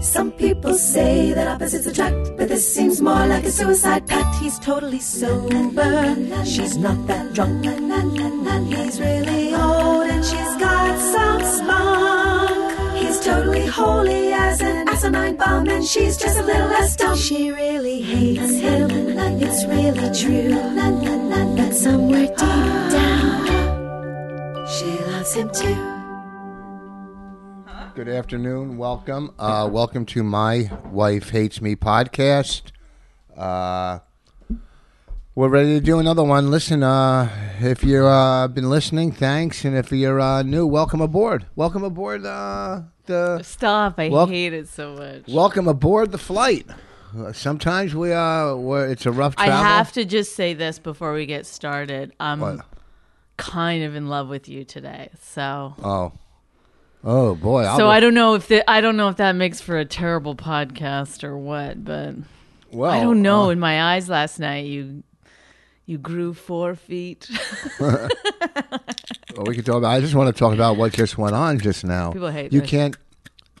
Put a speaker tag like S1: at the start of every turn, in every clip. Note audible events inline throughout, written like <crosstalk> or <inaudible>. S1: Some people say that opposites attract, but this seems more like a suicide pact. He's totally sober, she's not that drunk. He's really old and she's got some spunk. He's totally holy as an asinine bomb, and she's just a little less dumb. She really hates him, it's really true. But somewhere deep down, she loves him too.
S2: Good afternoon. Welcome. Uh, welcome to my wife hates me podcast. Uh, we're ready to do another one. Listen, uh, if you've uh, been listening, thanks, and if you're uh, new, welcome aboard. Welcome aboard uh, the
S3: Stop! I
S2: Well-
S3: hate it so much.
S2: welcome aboard the flight. Uh, Sometimes we uh, we're, it's a rough
S3: I
S2: travel.
S3: have to just say this before we get started. I'm
S2: What?
S3: kind of in love with you today, so
S2: Oh, oh boy.
S3: so I don't know if the, I don't know if that makes for a terrible podcast or what, but
S2: Well,
S3: I don't know.
S2: uh,
S3: in my eyes last night, you you grew four feet. <laughs>
S2: Well, we could talk about. I just want to talk about what just went on just now.
S3: People hate
S2: you
S3: this.
S2: can't.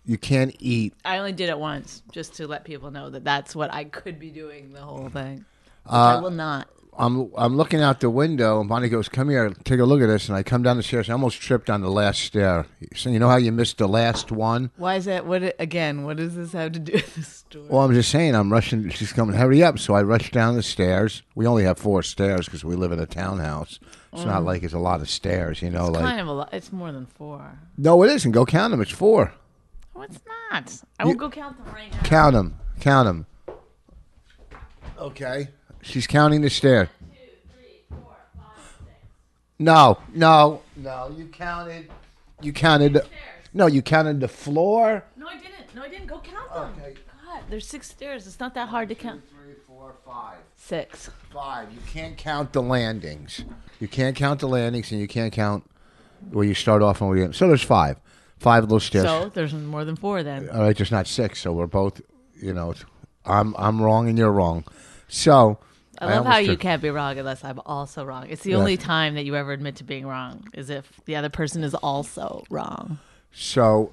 S2: You can't eat
S3: I only did it once, just to let people know that that's what I could be doing the whole thing. Which
S2: Uh,
S3: I will not.
S2: I'm I'm looking out the window, and Bonnie goes, "Come here, take a look at this." And I come down the stairs. I almost tripped on the last stair. So you know how you missed the last one?
S3: Why is that? What again? What does this have to do with the story?
S2: Well, I'm just saying, I'm rushing. She's coming. Hurry up! So I rush down the stairs. We only have four stairs because we live in a townhouse. It's not like it's a lot of stairs, you know. like
S3: kind of a lot. Mm. It's more than four.
S2: no, it isn't. Go count them. It's four.
S3: No, it's not. I will go count them right now.
S2: Count them. Count them. Okay. She's counting the stair. No, no, no. You counted. You counted. No, you counted the floor.
S3: No, I didn't. No, I didn't. Go count them. God, there's six stairs. It's not that hard to count.
S2: Three, four, five,
S3: Six.
S2: five. You can't count the landings. You can't count the landings, and you can't count where you start off and where you end. So there's five. Five little stairs.
S3: So there's more than four then.
S2: All right, there's not six, so we're both, you know, it's- I'm I'm wrong and you're wrong. So
S3: I love how
S2: almost
S3: you
S2: tripped.
S3: can't be wrong unless I'm also wrong. It's the only time that you ever admit to being wrong is if the other person is also wrong. <laughs>
S2: So,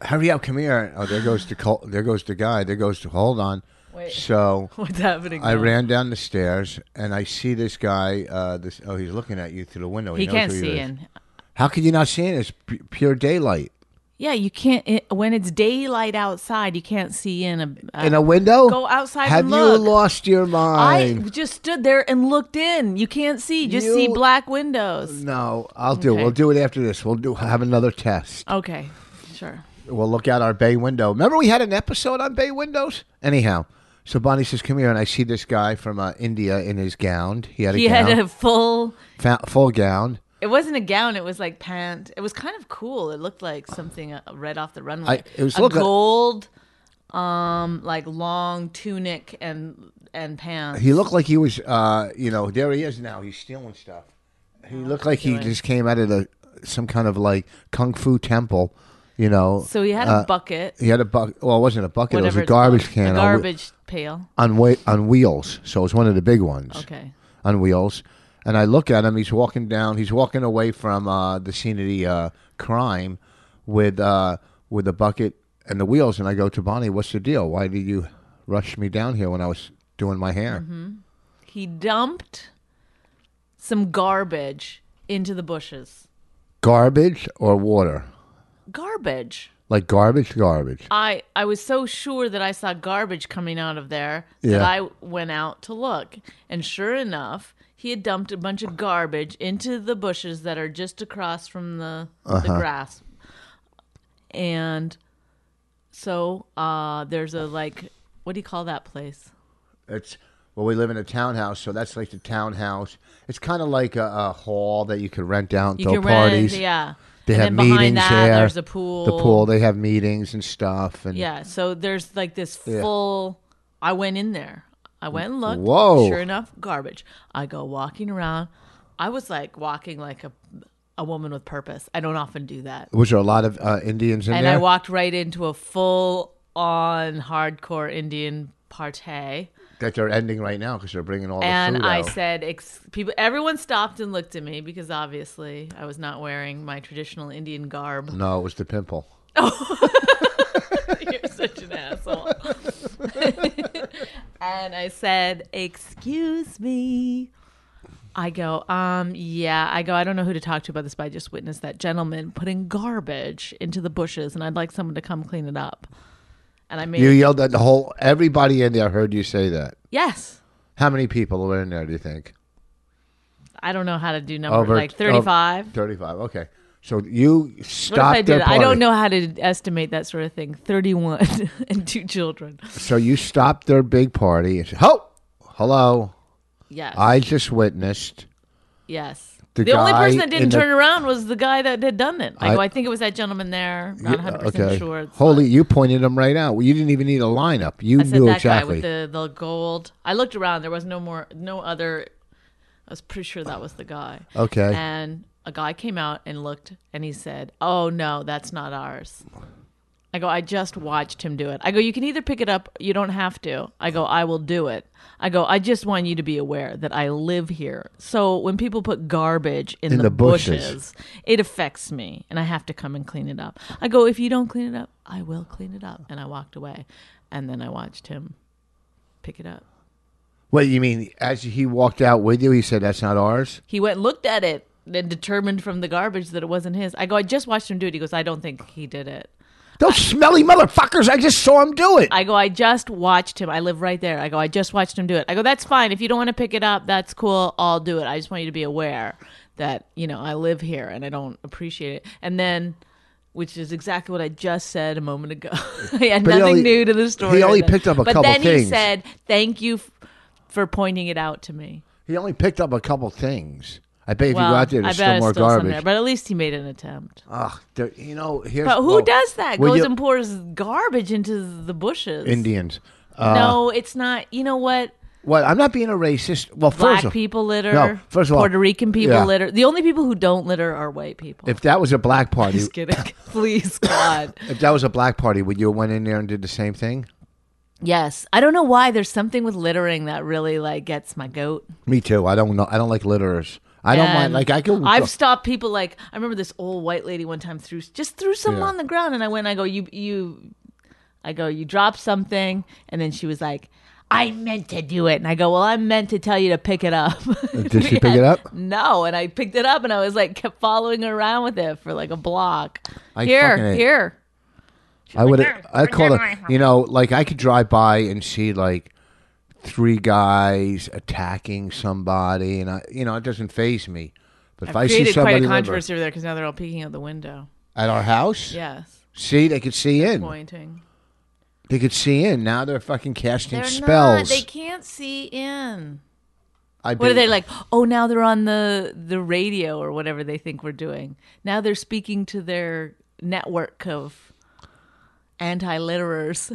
S2: hurry up, come here. Oh, there goes the col- there goes the guy. There goes the hold on.
S3: Wait.
S2: So
S3: What's happening?
S2: I
S3: now?
S2: ran down the stairs and I see this guy. Uh, this oh, he's looking at you through the window.
S3: He
S2: knows
S3: can't
S2: who
S3: see
S2: is.
S3: in.
S2: How can you not see in? It's p- pure daylight
S3: Yeah, you can't. It, when it's daylight outside, you can't see in a.
S2: in a window.
S3: Uh, Go outside
S2: Have
S3: and
S2: you
S3: look.
S2: lost your
S3: I
S2: mind?
S3: just stood there and looked in. You can't see. Just see
S2: You-
S3: black windows.
S2: no, I'll do.
S3: Okay.
S2: We'll do it after this. We'll do have another test.
S3: Okay, sure.
S2: We'll look out our bay window. Remember, we had an episode on bay windows. Anyhow, so Bonnie says, "Come here," and I see this guy from uh, India in his gown. He had a
S3: He
S2: gown.
S3: had a full.
S2: fa- full gown.
S3: It wasn't a gown. It was like pant. It was kind of cool. It looked like something uh, right off the runway.
S2: I- it was
S3: a
S2: look-
S3: gold, um, like long tunic and and pants.
S2: He looked like he was, uh, you know, there he is now. He's stealing stuff.
S3: Oh,
S2: He looked like he
S3: doing?
S2: just came out of the some kind of like kung fu temple, you know.
S3: so he had
S2: uh,
S3: a bucket.
S2: He had a bucket. Well, it wasn't a bucket. it
S3: Whatever
S2: was
S3: it's
S2: a garbage
S3: called.
S2: can
S3: A
S2: on whe-
S3: garbage pail.
S2: on whe- on wheels. So it was one of the big ones.
S3: Okay.
S2: On wheels, and I look at him. He's walking down. He's walking away from uh, the scene of the uh, crime with uh, with a bucket and the wheels. And I go to Bonnie, "What's the deal? Why did you rush me down here when I was doing my hair?"
S3: Mm-hmm. He dumped some garbage into the bushes.
S2: garbage or water?
S3: Garbage.
S2: Like garbage, garbage.
S3: I I was so sure that I saw garbage coming out of there
S2: Yeah.
S3: that I went out to look, and sure enough, he had dumped a bunch of garbage into the bushes that are just across from the
S2: Uh-huh.
S3: the grass, and so uh, there's a like what do you call that place?
S2: It's well, we live in a townhouse, so that's like the townhouse. It's kind of like a, a hall that you could rent out,
S3: You
S2: throw
S3: can
S2: parties.
S3: rent, yeah.
S2: They
S3: and
S2: have
S3: then
S2: meetings
S3: behind that,
S2: there.
S3: there's a pool.
S2: The pool. They have meetings and stuff. And
S3: Yeah, so there's like this
S2: Yeah.
S3: full. I went in there. I went and looked.
S2: Whoa.
S3: Sure enough, garbage. I go walking around. I was like walking like a a woman with purpose. I don't often do that.
S2: Was there a lot of uh, Indians in
S3: And
S2: there?
S3: I walked right into a full on hardcore Indian party.
S2: that they're ending right now because they're bringing all the
S3: and
S2: food
S3: I
S2: out.
S3: said, ex- people, everyone stopped and looked at me because obviously I was not wearing my traditional Indian garb.
S2: no, it was the pimple.
S3: You're such an asshole. <laughs> and I said, "Excuse me." I go, um, yeah. I go, I don't know who to talk to about this, but I just witnessed that gentleman putting garbage into the bushes, and I'd like someone to come clean it up. And I made,
S2: You yelled at the whole. Everybody in there heard you say that.
S3: yes.
S2: How many people were in there? Do you think?
S3: I don't know how to do numbers like
S2: oh,
S3: thirty-five.
S2: 35. Okay. So you
S3: What if I
S2: stopped
S3: did?
S2: their
S3: it? I don't
S2: party.
S3: know how to estimate that sort of thing. Thirty-one <laughs> and two children.
S2: So you stopped their big party and said, "Oh, hello!
S3: Yes.
S2: I just witnessed."
S3: Yes.
S2: The
S3: The, only
S2: guy
S3: person that
S2: in
S3: didn't
S2: the-
S3: turn around was the guy that had done it. I, go,
S2: I-
S3: I think it was that gentleman there. Not 100%
S2: uh, okay.
S3: sure. It's-
S2: Holy, you pointed them right out. Well, you didn't even need a lineup. You
S3: I said
S2: knew
S3: that
S2: exactly.
S3: guy with the, the gold. I looked around. There was no more, no other. I was pretty sure that was the guy.
S2: Okay.
S3: And a guy came out and looked and he said, Oh, no, that's not ours. I go, I just watched him do it. I go, You can either pick it up, you don't have to. I go, I will do it. I go, I just want you to be aware that I live here. So when people put garbage in,
S2: In
S3: the,
S2: the bushes.
S3: bushes, it affects me and I have to come and clean it up. I go, If you don't clean it up, I will clean it up. And I walked away. And then I watched him pick it up.
S2: What you mean? As he walked out with you, he said, "That's not ours."
S3: He went and looked at it and determined from the garbage that it wasn't his. I go, I just watched him do it. He goes, I don't think he did it.
S2: Those smelly motherfuckers! I just saw him do it.
S3: I go, I just watched him. I live right there. I go, I just watched him do it. I go, that's fine. If you don't want to pick it up, that's cool. I'll do it. I just want you to be aware that, you know, I live here and I don't appreciate it. And then, which is exactly what I just said a moment ago. <laughs> I had
S2: But he
S3: nothing
S2: only-
S3: new to the story.
S2: he only
S3: right now.
S2: picked up a
S3: but
S2: couple
S3: then
S2: things.
S3: he said, thank you f- for pointing it out to me.
S2: he only picked up a couple things. I bet if you
S3: Well,
S2: go out there,
S3: I
S2: there's
S3: bet
S2: still
S3: it's
S2: more
S3: still some there,
S2: garbage.
S3: but at least he made an attempt.
S2: Ugh, there- you know, here's oh,
S3: But who
S2: well,
S3: does that?
S2: when
S3: Goes
S2: you-
S3: and pours garbage into the bushes.
S2: Indians. Uh,
S3: no, it's not. You know what?
S2: What? I'm not being a racist. Well,
S3: Black
S2: first of,
S3: people litter.
S2: No, first of all,
S3: Puerto Rican people
S2: yeah.
S3: litter. The only people who don't litter are white people.
S2: if that was a
S3: <laughs>
S2: black party, <laughs>
S3: Just kidding. Please, God.
S2: if that was a black party, would you have went in there and did the same thing?
S3: yes, I don't know why. There's something with littering that really like gets my goat.
S2: Me too. I don't know. I don't like litterers. I don't mind.
S3: And
S2: Like I could.
S3: I've stopped people. Like I remember this old white lady one time threw just threw something
S2: Yeah.
S3: on the ground, and I went. I go, you you, I go, you dropped something, and then she was like, I meant to do it, and I go, well, I meant to tell you to pick it up.
S2: Uh,
S3: <laughs>
S2: Did she pick it up?
S3: No, and I picked it up, and I was like, kept following her around with it for like a block.
S2: I
S3: here,
S2: fucking hate-
S3: here.
S2: I would. I call it. You know, like I could drive by and see like three guys attacking somebody, and I, you know, it doesn't faze me. But if I see
S3: Created quite
S2: somebody
S3: a
S2: litter-
S3: controversy over there because now they're all peeking out the window.
S2: at our house,
S3: Yes,
S2: see they could see in.
S3: pointing.
S2: They could see in. Now they're fucking casting
S3: They're
S2: spells.
S3: not. They can't see in.
S2: I
S3: What are
S2: bet-
S3: they like? Oh, now they're on the the radio or whatever they think we're doing. Now they're speaking to their network of anti litterers.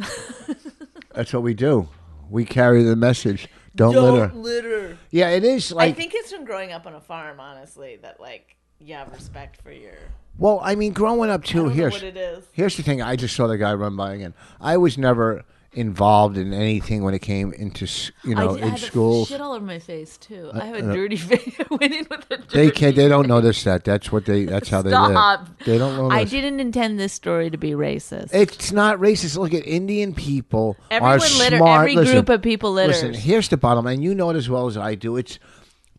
S3: <laughs>
S2: That's what we do. We carry the message. Don't, litter.
S3: litter.
S2: Yeah, it is
S3: I
S2: like.
S3: think it's from growing up on a farm, honestly, that like you have respect for your.
S2: well, I mean, growing up
S3: I
S2: too.
S3: don't know
S2: Here's
S3: what it is.
S2: here's the thing. I just saw the guy run by again. I was never involved in anything when it came into s- you know
S3: I,
S2: in
S3: had
S2: schools.
S3: shit all over my face too. I have a dirty <laughs> face. I went in with a dirty.
S2: They can They don't notice that. That's what they. That's how they
S3: Stop.
S2: live. They don't notice.
S3: I didn't intend this story to be racist.
S2: It's not racist. Look at Indian people.
S3: Everyone
S2: are
S3: litter-
S2: smart.
S3: every
S2: Listen,
S3: group of people litters.
S2: Listen, here's the bottom line. You know it as well as I do. It's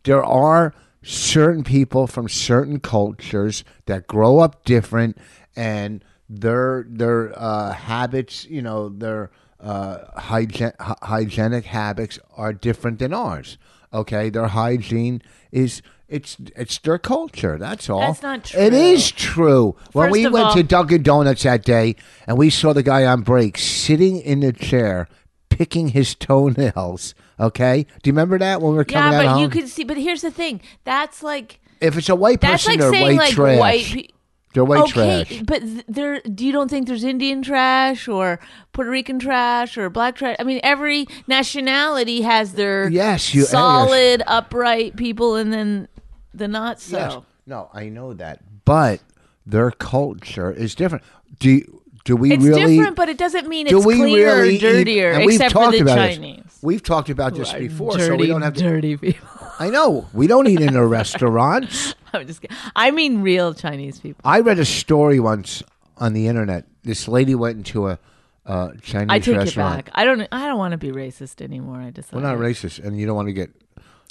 S2: there are certain people from certain cultures that grow up different, and their their uh, habits, you know, their uh, hygiene, hy- hygienic habits are different than ours. Okay, their hygiene is. It's it's their culture. That's all.
S3: That's not
S2: It
S3: true.
S2: is true. When
S3: First
S2: we
S3: of
S2: went
S3: all-
S2: to Dunkin' Donuts that day, and we saw the guy on break sitting in the chair picking his <laughs> toenails. Okay, do you remember that when we were coming
S3: yeah,
S2: out
S3: but
S2: home?
S3: you could see. But here's the thing. That's like
S2: if it's a white person,
S3: that's like
S2: they're
S3: saying
S2: white
S3: like
S2: trash.
S3: white. Pe-
S2: they're white
S3: okay,
S2: trash.
S3: but th- there. Do you don't think there's Indian trash or Puerto Rican trash or black trash? I mean, every nationality has their
S2: Yes, you-
S3: solid, upright people, and then the not so.
S2: Yes. No, I know that, but their culture is different. Do you, do we
S3: It's
S2: really?
S3: different, but it doesn't mean
S2: do
S3: it's
S2: we
S3: cleaner
S2: really
S3: or
S2: eat-
S3: dirtier,
S2: and we've
S3: except for
S2: talked
S3: the
S2: about this.
S3: Chinese.
S2: We've talked about this
S3: Right.
S2: before,
S3: dirty,
S2: so we don't have to.
S3: dirty people. <laughs>
S2: I know we don't eat in a restaurant.
S3: I'm just kidding. I mean real Chinese people.
S2: I read a story once on the internet. This lady went into a uh, Chinese
S3: I take it
S2: restaurant.
S3: back. I don't. I don't want to be racist anymore. I just.
S2: We're not racist, and you don't want to get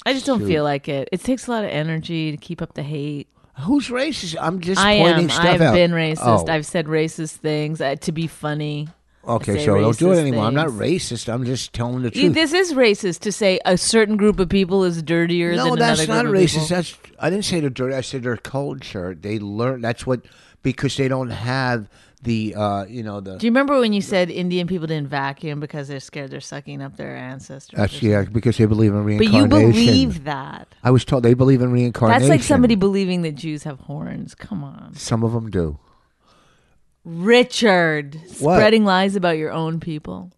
S3: I just don't
S2: Shoot.
S3: feel like it. It takes a lot of energy to keep up the hate.
S2: who's racist. I'm just
S3: I
S2: pointing
S3: am.
S2: stuff
S3: I've
S2: out.
S3: been racist.
S2: Oh,
S3: I've said racist things uh, to be funny.
S2: okay,
S3: say
S2: so don't do it
S3: racist
S2: anymore. I'm not
S3: things.
S2: racist. I'm just telling the
S3: You-
S2: truth.
S3: This is racist to say a certain group of people is dirtier
S2: no,
S3: than
S2: that's
S3: another
S2: not
S3: group of
S2: racist.
S3: people.
S2: That's I didn't say they're dirty. I said their culture. They learn. That's what because they don't have the uh, you know the
S3: Do you remember when you said Indian people didn't vacuum because they're scared they're sucking up their ancestors?
S2: That's yeah, because they believe in
S3: But
S2: reincarnation.
S3: you believe that.
S2: I was told they believe in reincarnation.
S3: That's like somebody believing that Jews have horns. Come on.
S2: Some of them do.
S3: Richard,
S2: What?
S3: spreading lies about your own people.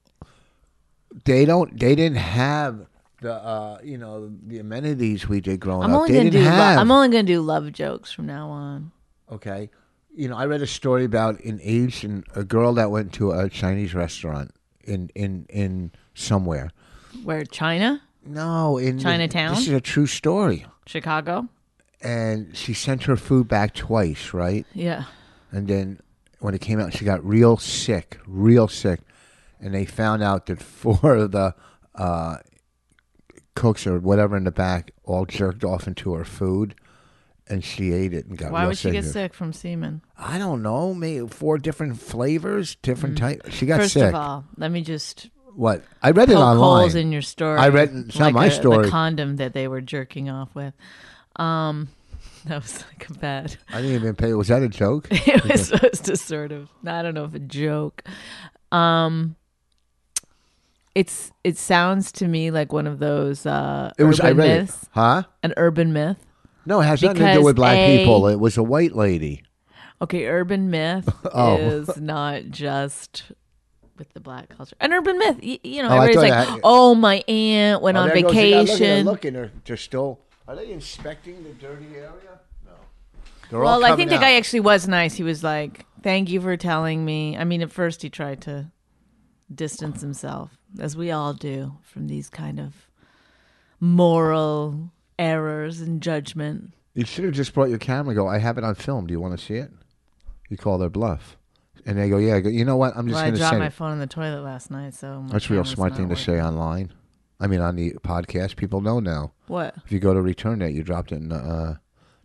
S2: They don't. They didn't have the uh, you know the amenities we did growing
S3: I'm
S2: up.
S3: only
S2: they
S3: gonna do
S2: didn't
S3: lo-
S2: have.
S3: I'm only gonna do love jokes from now on.
S2: okay. You know, I read a story about an Asian a girl that went to a Chinese restaurant in in in somewhere.
S3: Where China,
S2: No, in the-
S3: Chinatown?
S2: this is a true story.
S3: Chicago,
S2: And she sent her food back twice, right?
S3: yeah,
S2: And then when it came out, she got real sick, real sick. And they found out that <laughs> four of the uh, cooks or whatever in the back all jerked off into her food. And she ate it and got
S3: Why
S2: real
S3: would she
S2: sick.
S3: get sick from semen?
S2: I don't know. Maybe four different flavors, different type. She got
S3: Mm. First
S2: sick.
S3: of all, let me just
S2: what? I read it
S3: poke
S2: online.
S3: holes in your story.
S2: I read- it's not
S3: like
S2: my
S3: a-
S2: story.
S3: The condom that they were jerking off with. Um, <laughs> that was like a bad. <laughs>
S2: I didn't even pay. Was that a joke? <laughs>
S3: It was supposed to sort of. I don't know if a joke. Um, it's it sounds to me like one of those. Uh,
S2: It was. I
S3: urban
S2: read
S3: myths,
S2: it. Huh?
S3: an urban myth.
S2: No, it has nothing to do
S3: Because
S2: with black
S3: A-
S2: people. It was a white lady.
S3: Okay, urban myth
S2: <laughs> Oh.
S3: is not just with the black culture. An urban myth, you, you know,
S2: Oh, I
S3: everybody's
S2: thought
S3: like,
S2: I-
S3: "Oh, my aunt went on
S2: Oh, there goes the guy. Look at her,
S3: vacation."
S2: Look at her. They're still. Are they inspecting the dirty area? No. They're all
S3: Well, I
S2: coming
S3: think the guy
S2: out.
S3: actually was nice. He was like, "Thank you for telling me." I mean, at first he tried to distance himself, as we all do, from these kind of moral errors and judgment.
S2: You should have just brought your camera. and Go. I have it on film. Do you want to see it? You call their bluff, and they go, "Yeah." I go, you know what? I'm just
S3: Well, I
S2: going to
S3: dropped
S2: say
S3: my
S2: it.
S3: phone in the toilet last night, so my
S2: That's a real
S3: camera's
S2: smart
S3: not
S2: thing to
S3: working.
S2: say online. I mean, on the podcast, people know now.
S3: What?
S2: If you go to return that, you dropped it in the uh,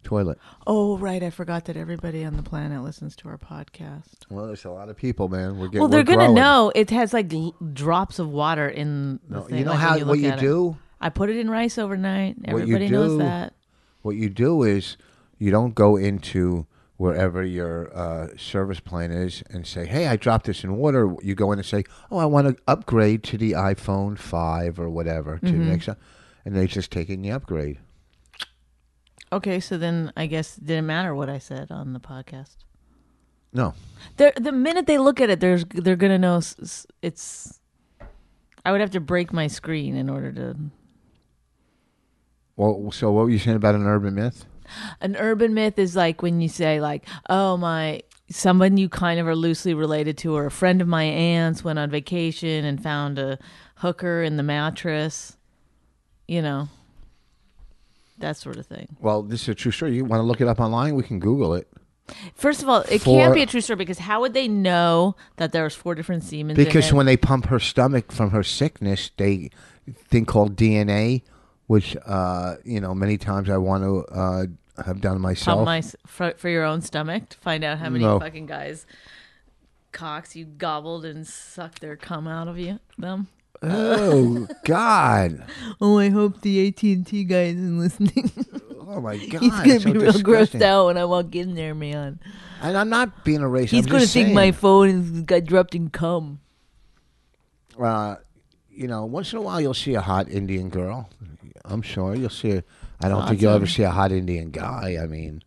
S2: toilet.
S3: Oh, right. I forgot that everybody on the planet listens to our podcast.
S2: Well, there's a lot of people, man. We're getting.
S3: Well, they're
S2: going
S3: gonna
S2: to
S3: know it has like l- drops of water in. The
S2: No,
S3: thing,
S2: you know
S3: like, when
S2: how
S3: look
S2: what you
S3: at it.
S2: do.
S3: I put it in rice overnight.
S2: What
S3: Everybody
S2: you do-
S3: knows that.
S2: What you do is you don't go into wherever your uh, service plan is and say, "Hey, I dropped this in water." You go in and say, "Oh, I want to upgrade to the iPhone five or whatever to the next," and they just take in the upgrade.
S3: Okay, so then I guess it didn't matter what I said on the podcast.
S2: No,
S3: They're, the minute they look at it, there's they're gonna know s- s- it's. I would have to break my screen in order to
S2: well, so what were you saying about an urban myth?
S3: An urban myth is like when you say like, "Oh my, someone you kind of are loosely related to, or a friend of my aunt's went on vacation and found a hooker in the mattress," you know, that sort of thing.
S2: Well, this is a true story. You want to look it up online? We can Google it
S3: First of all, it
S2: For-
S3: can't be a true story because how would they know that there's four different semen?
S2: because
S3: in it?
S2: when they pump her stomach from her sickness, they thing called DNA, which uh, you know many times I want to uh, have done myself.
S3: pump my s- for, for your own stomach to find out how many
S2: No.
S3: fucking guys cocks you gobbled and sucked their cum out of you them. <laughs>
S2: Oh God!
S3: Oh, I hope the AT and T guy isn't listening.
S2: Oh my God!
S3: He's gonna
S2: it's so
S3: be real
S2: disgusting.
S3: grossed out when I walk in there, man.
S2: And I'm not being a racist.
S3: He's
S2: I'm
S3: gonna
S2: just
S3: think
S2: saying,
S3: my phone is got dropped in cum.
S2: Uh, you know, once in a while you'll see a hot Indian girl. I'm sure you'll see. A, I don't think you'll ever see a hot Indian guy. I mean,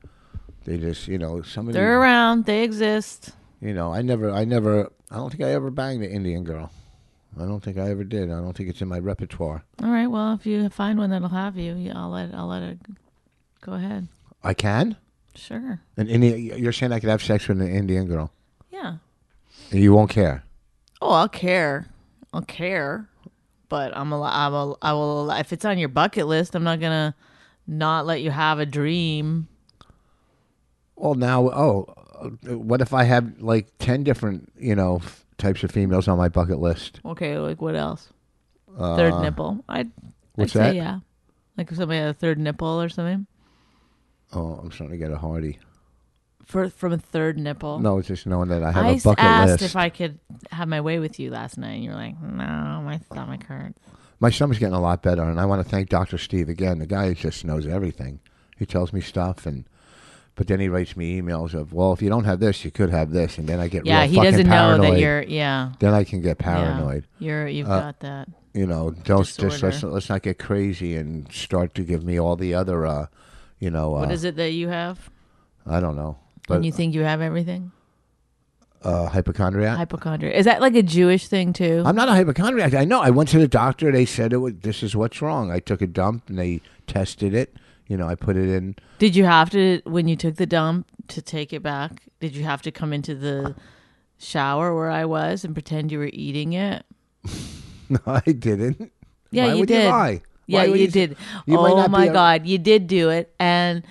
S2: they just you know some of
S3: They're
S2: these.
S3: around. They exist.
S2: You know, I never, I never, I don't think I ever banged an Indian girl. I don't think I ever did. I don't think it's in my repertoire.
S3: All right. Well, if you find one that'll have you, yeah, I'll let I'll let it. Go ahead.
S2: I can.
S3: Sure.
S2: An Indian, you're saying I could have sex with an Indian girl,
S3: Yeah.
S2: and you won't care.
S3: Oh, I'll care. I'll care. But I'm a, I'm a, I will if it's on your bucket list, I'm not going to not let you have a dream.
S2: Well, now, oh, uh, what if I have like ten different, you know, f- types of females on my bucket list?
S3: Okay, like what else? third nipple. I'd,
S2: Uh, what's
S3: I'd
S2: that?
S3: say yeah. Like if somebody had a third nipple or something.
S2: Oh, I'm starting to get a hardy.
S3: For from a third nipple.
S2: No, it's just knowing that I have
S3: I
S2: a
S3: s-
S2: bucket
S3: asked
S2: list.
S3: if I could have my way with you last night, and you're like, "No, my stomach hurts."
S2: My stomach's getting a lot better, and I want to thank Doctor Steve again. The guy just knows everything. He tells me stuff, and but then he writes me emails of, well, if you don't have this, you could have this, and then I get
S3: Yeah,
S2: real
S3: he
S2: fucking
S3: doesn't know that
S2: paranoid.
S3: you're. Yeah,
S2: Then I can get paranoid. Uh,
S3: Yeah, you're. You've got that.
S2: you know, don't just let's,
S3: Disorder.
S2: let's not get crazy and start to give me all the other, uh, you know, uh,
S3: What is it that you have?
S2: I don't know, but
S3: and you think you have everything?
S2: uh, hypochondriac.
S3: Hypochondria. Is that like a Jewish thing too?
S2: I'm not a hypochondriac. I know. I went to the doctor. They said it was, this is what's wrong. I took a dump and they tested it. You know, I put it in. <laughs>
S3: Did you have to when you took the dump to take it back? Did you have to come into the shower where I was and pretend you were eating it?
S2: No, I didn't.
S3: Yeah,
S2: Why
S3: you
S2: would
S3: did.
S2: You lie?
S3: Yeah,
S2: Why
S3: you,
S2: would s-
S3: did.
S2: You might
S3: oh
S2: not
S3: my
S2: be a-
S3: god, you did do it, and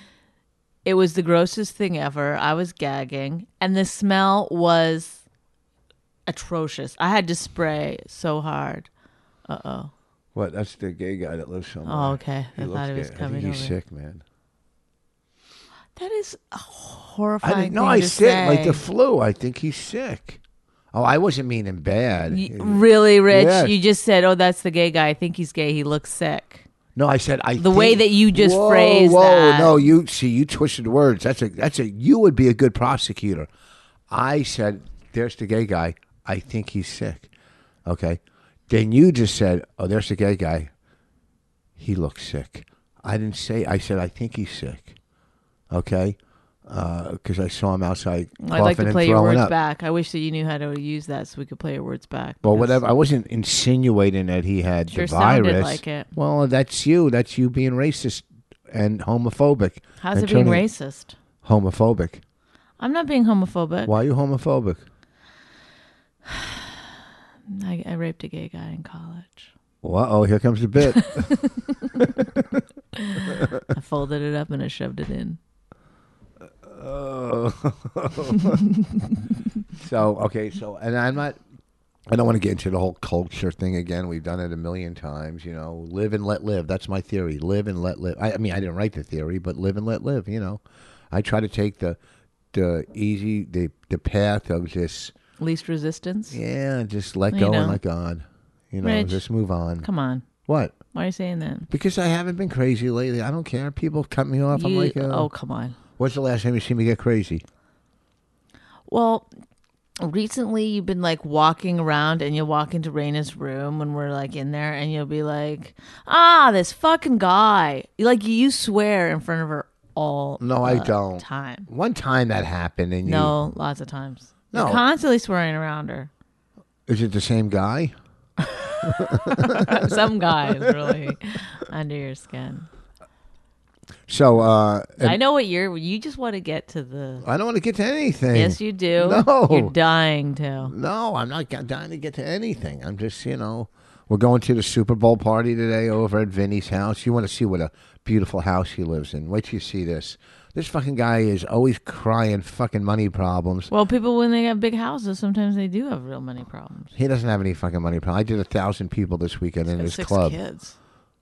S3: it was the grossest thing ever. I was gagging, and the smell was atrocious. I had to spray so hard.
S2: What? That's the gay guy that lives somewhere.
S3: Oh, okay.
S2: He
S3: I
S2: looks
S3: thought it was
S2: gay. I
S3: coming
S2: think he's
S3: over.
S2: sick, man.
S3: That is a
S2: I
S3: horrifying.
S2: didn't know.
S3: thing
S2: I
S3: to
S2: sick. Like
S3: say.
S2: the flu. I think he's sick. Oh, I wasn't meaning bad.
S3: Y- Really, Rich?
S2: Yes.
S3: You just said, "Oh, that's the gay guy. I think he's gay. He looks sick."
S2: No, I said I.
S3: The way
S2: think-
S3: that you just
S2: whoa,
S3: phrased
S2: Whoa,
S3: that.
S2: no, you see, you twisted words. That's a that's a. You would be a good prosecutor. I said, "There's the gay guy. I think he's sick." Okay, then you just said, "Oh, there's the gay guy. He looks sick." I didn't say. I said, "I think he's sick." Okay, because I saw him outside coughing
S3: I'd like to
S2: and
S3: play
S2: throwing
S3: your words
S2: up.
S3: back. I wish that you knew how to use that so we could play your words back.
S2: Well,
S3: because-
S2: whatever. I wasn't insinuating that he had
S3: Sure
S2: the
S3: sounded
S2: virus.
S3: like it.
S2: Well, that's you. That's you being racist and homophobic.
S3: How's
S2: and
S3: it being
S2: turning-
S3: racist?
S2: Homophobic.
S3: I'm not being homophobic.
S2: Why are you homophobic?
S3: I, I raped a gay guy in college.
S2: Well, oh, here comes the bit.
S3: I folded it up and I shoved it in.
S2: Oh. <laughs> so okay, so and I'm not. I don't want to get into the whole culture thing again. We've done it a million times. You know, live and let live. That's my theory. Live and let live. I, I mean, I didn't write the theory, but live and let live. You know, I try to take the the easy the the path of just
S3: Least resistance.
S2: yeah, just let
S3: You
S2: go
S3: know.
S2: and let God. You know,
S3: Rich.
S2: just move on.
S3: Come on.
S2: What?
S3: Why are you saying that?
S2: Because I haven't been crazy lately. I don't care. People cut me off. I'm
S3: You-
S2: like, uh,
S3: oh, come on.
S2: what's the last time you see me get crazy?
S3: Well, recently you've been like walking around and you'll walk into Raina's room when we're like in there and you'll be like, ah, this fucking guy. Like you swear in front of her all
S2: No, I
S3: the
S2: don't.
S3: time.
S2: One time that happened, and you
S3: No, lots of times. You're
S2: No.
S3: constantly swearing around her. <laughs>
S2: Is it the same guy?
S3: Some guys really <laughs> under your skin.
S2: So uh,
S3: I know what you're. You just want to get to the.
S2: I don't want to get to anything.
S3: Yes, you do.
S2: No.
S3: you're dying to.
S2: No, I'm not g- dying to get to anything. I'm just, you know, we're going to the Super Bowl party today over at Vinny's house. You want to see what a beautiful house he lives in. Wait till you see this. This fucking guy is always crying fucking money problems.
S3: Well, people when they have big houses, sometimes they do have real money problems.
S2: He doesn't have any fucking money problems. I did a thousand people this weekend in
S3: Got
S2: his
S3: six
S2: club.
S3: kids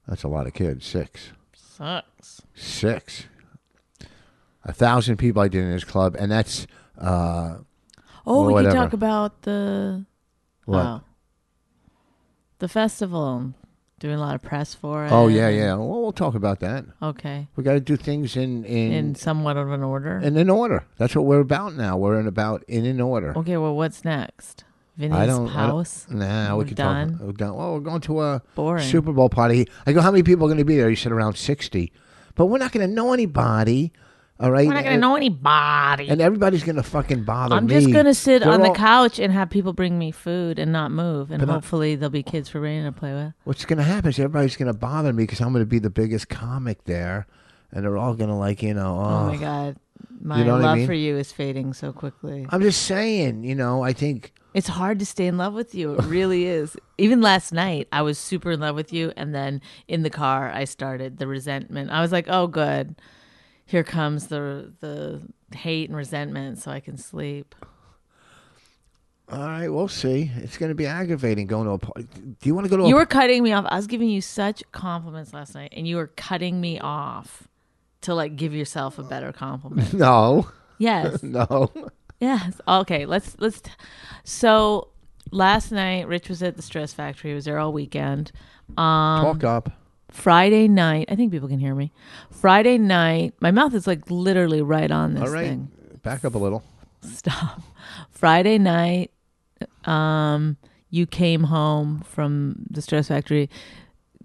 S2: That's a lot of kids. Six.
S3: sucks.
S2: Six. A thousand people I did in his club, and that's uh,
S3: Oh,
S2: Or
S3: we could
S2: whatever.
S3: talk about the
S2: what?
S3: oh, the festival. Doing a lot of press for it.
S2: Oh yeah, yeah. Well, we'll talk about that.
S3: Okay,
S2: We got to do things in in
S3: in
S2: in,
S3: somewhat of an order.
S2: in order. That's what we're about now. We're in about in in order.
S3: okay, well, what's next? Vinny's
S2: I don't. I don't-
S3: house.
S2: nah, we
S3: We're
S2: could
S3: done?
S2: talk. We're done. Well, we're going to a
S3: Boring.
S2: Super Bowl party. I go, how many people are going to be there? You said around sixty, but we're not going to know anybody. All right?
S3: We're not gonna know anybody.
S2: And everybody's going to fucking bother
S3: I'm
S2: me.
S3: just gonna sit
S2: They're
S3: on
S2: all-
S3: the couch and have people bring me food and not move, and
S2: But I-
S3: hopefully there'll be kids for Raina to play with.
S2: What's going to happen is everybody's going to bother me because I'm going to be the biggest comic there, and they're all going to like you know.
S3: Oh,
S2: Oh,
S3: my god, My
S2: know what I
S3: love
S2: mean?
S3: for you is fading so quickly.
S2: I'm just saying, you know, I think
S3: It's hard to stay in love with you. It really <laughs> is. Even last night, I was super in love with you. And then in the car, I started the resentment. I was like, oh, good. Here comes the the hate and resentment so I can sleep.
S2: all right, we'll see. It's going to be aggravating going to a party. Do you want to go to
S3: You
S2: a
S3: were cutting me off. I was giving you such compliments last night, and you were cutting me off to like give yourself a better
S2: <laughs>
S3: compliment.
S2: No. <laughs>
S3: Yes.
S2: No.
S3: Yes. Okay. Let's let's. So last night, Rich was at the Stress Factory. He was there all weekend. Um,
S2: Talk up.
S3: Friday night, I think people can hear me. Friday night, my mouth is like literally right on this
S2: All right.
S3: thing. <laughs>
S2: Back up a little.
S3: Stop. Friday night, um, you came home from the Stress Factory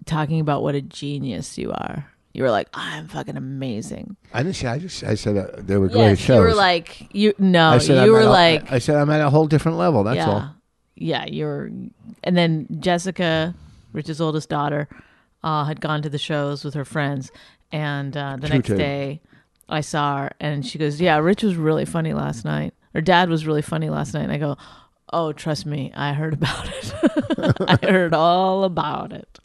S3: talking about what a genius you are. You were like, I'm fucking amazing.
S2: I didn't say. I just. I said uh, they were great
S3: Yes,
S2: shows.
S3: you were like, you no,
S2: I said I'm
S3: you were
S2: at a-
S3: like,
S2: I said I'm at a whole different level. That's
S3: yeah,
S2: all.
S3: yeah, you're. And then Jessica, Rich's oldest daughter, uh, had gone to the shows with her friends, and uh, the next
S2: Tutu.
S3: day, I saw her, and she goes, "Yeah, Rich was really funny last night. Or Dad was really funny last night." And I go, "Oh, trust me, I heard about it. <laughs> I heard all about it."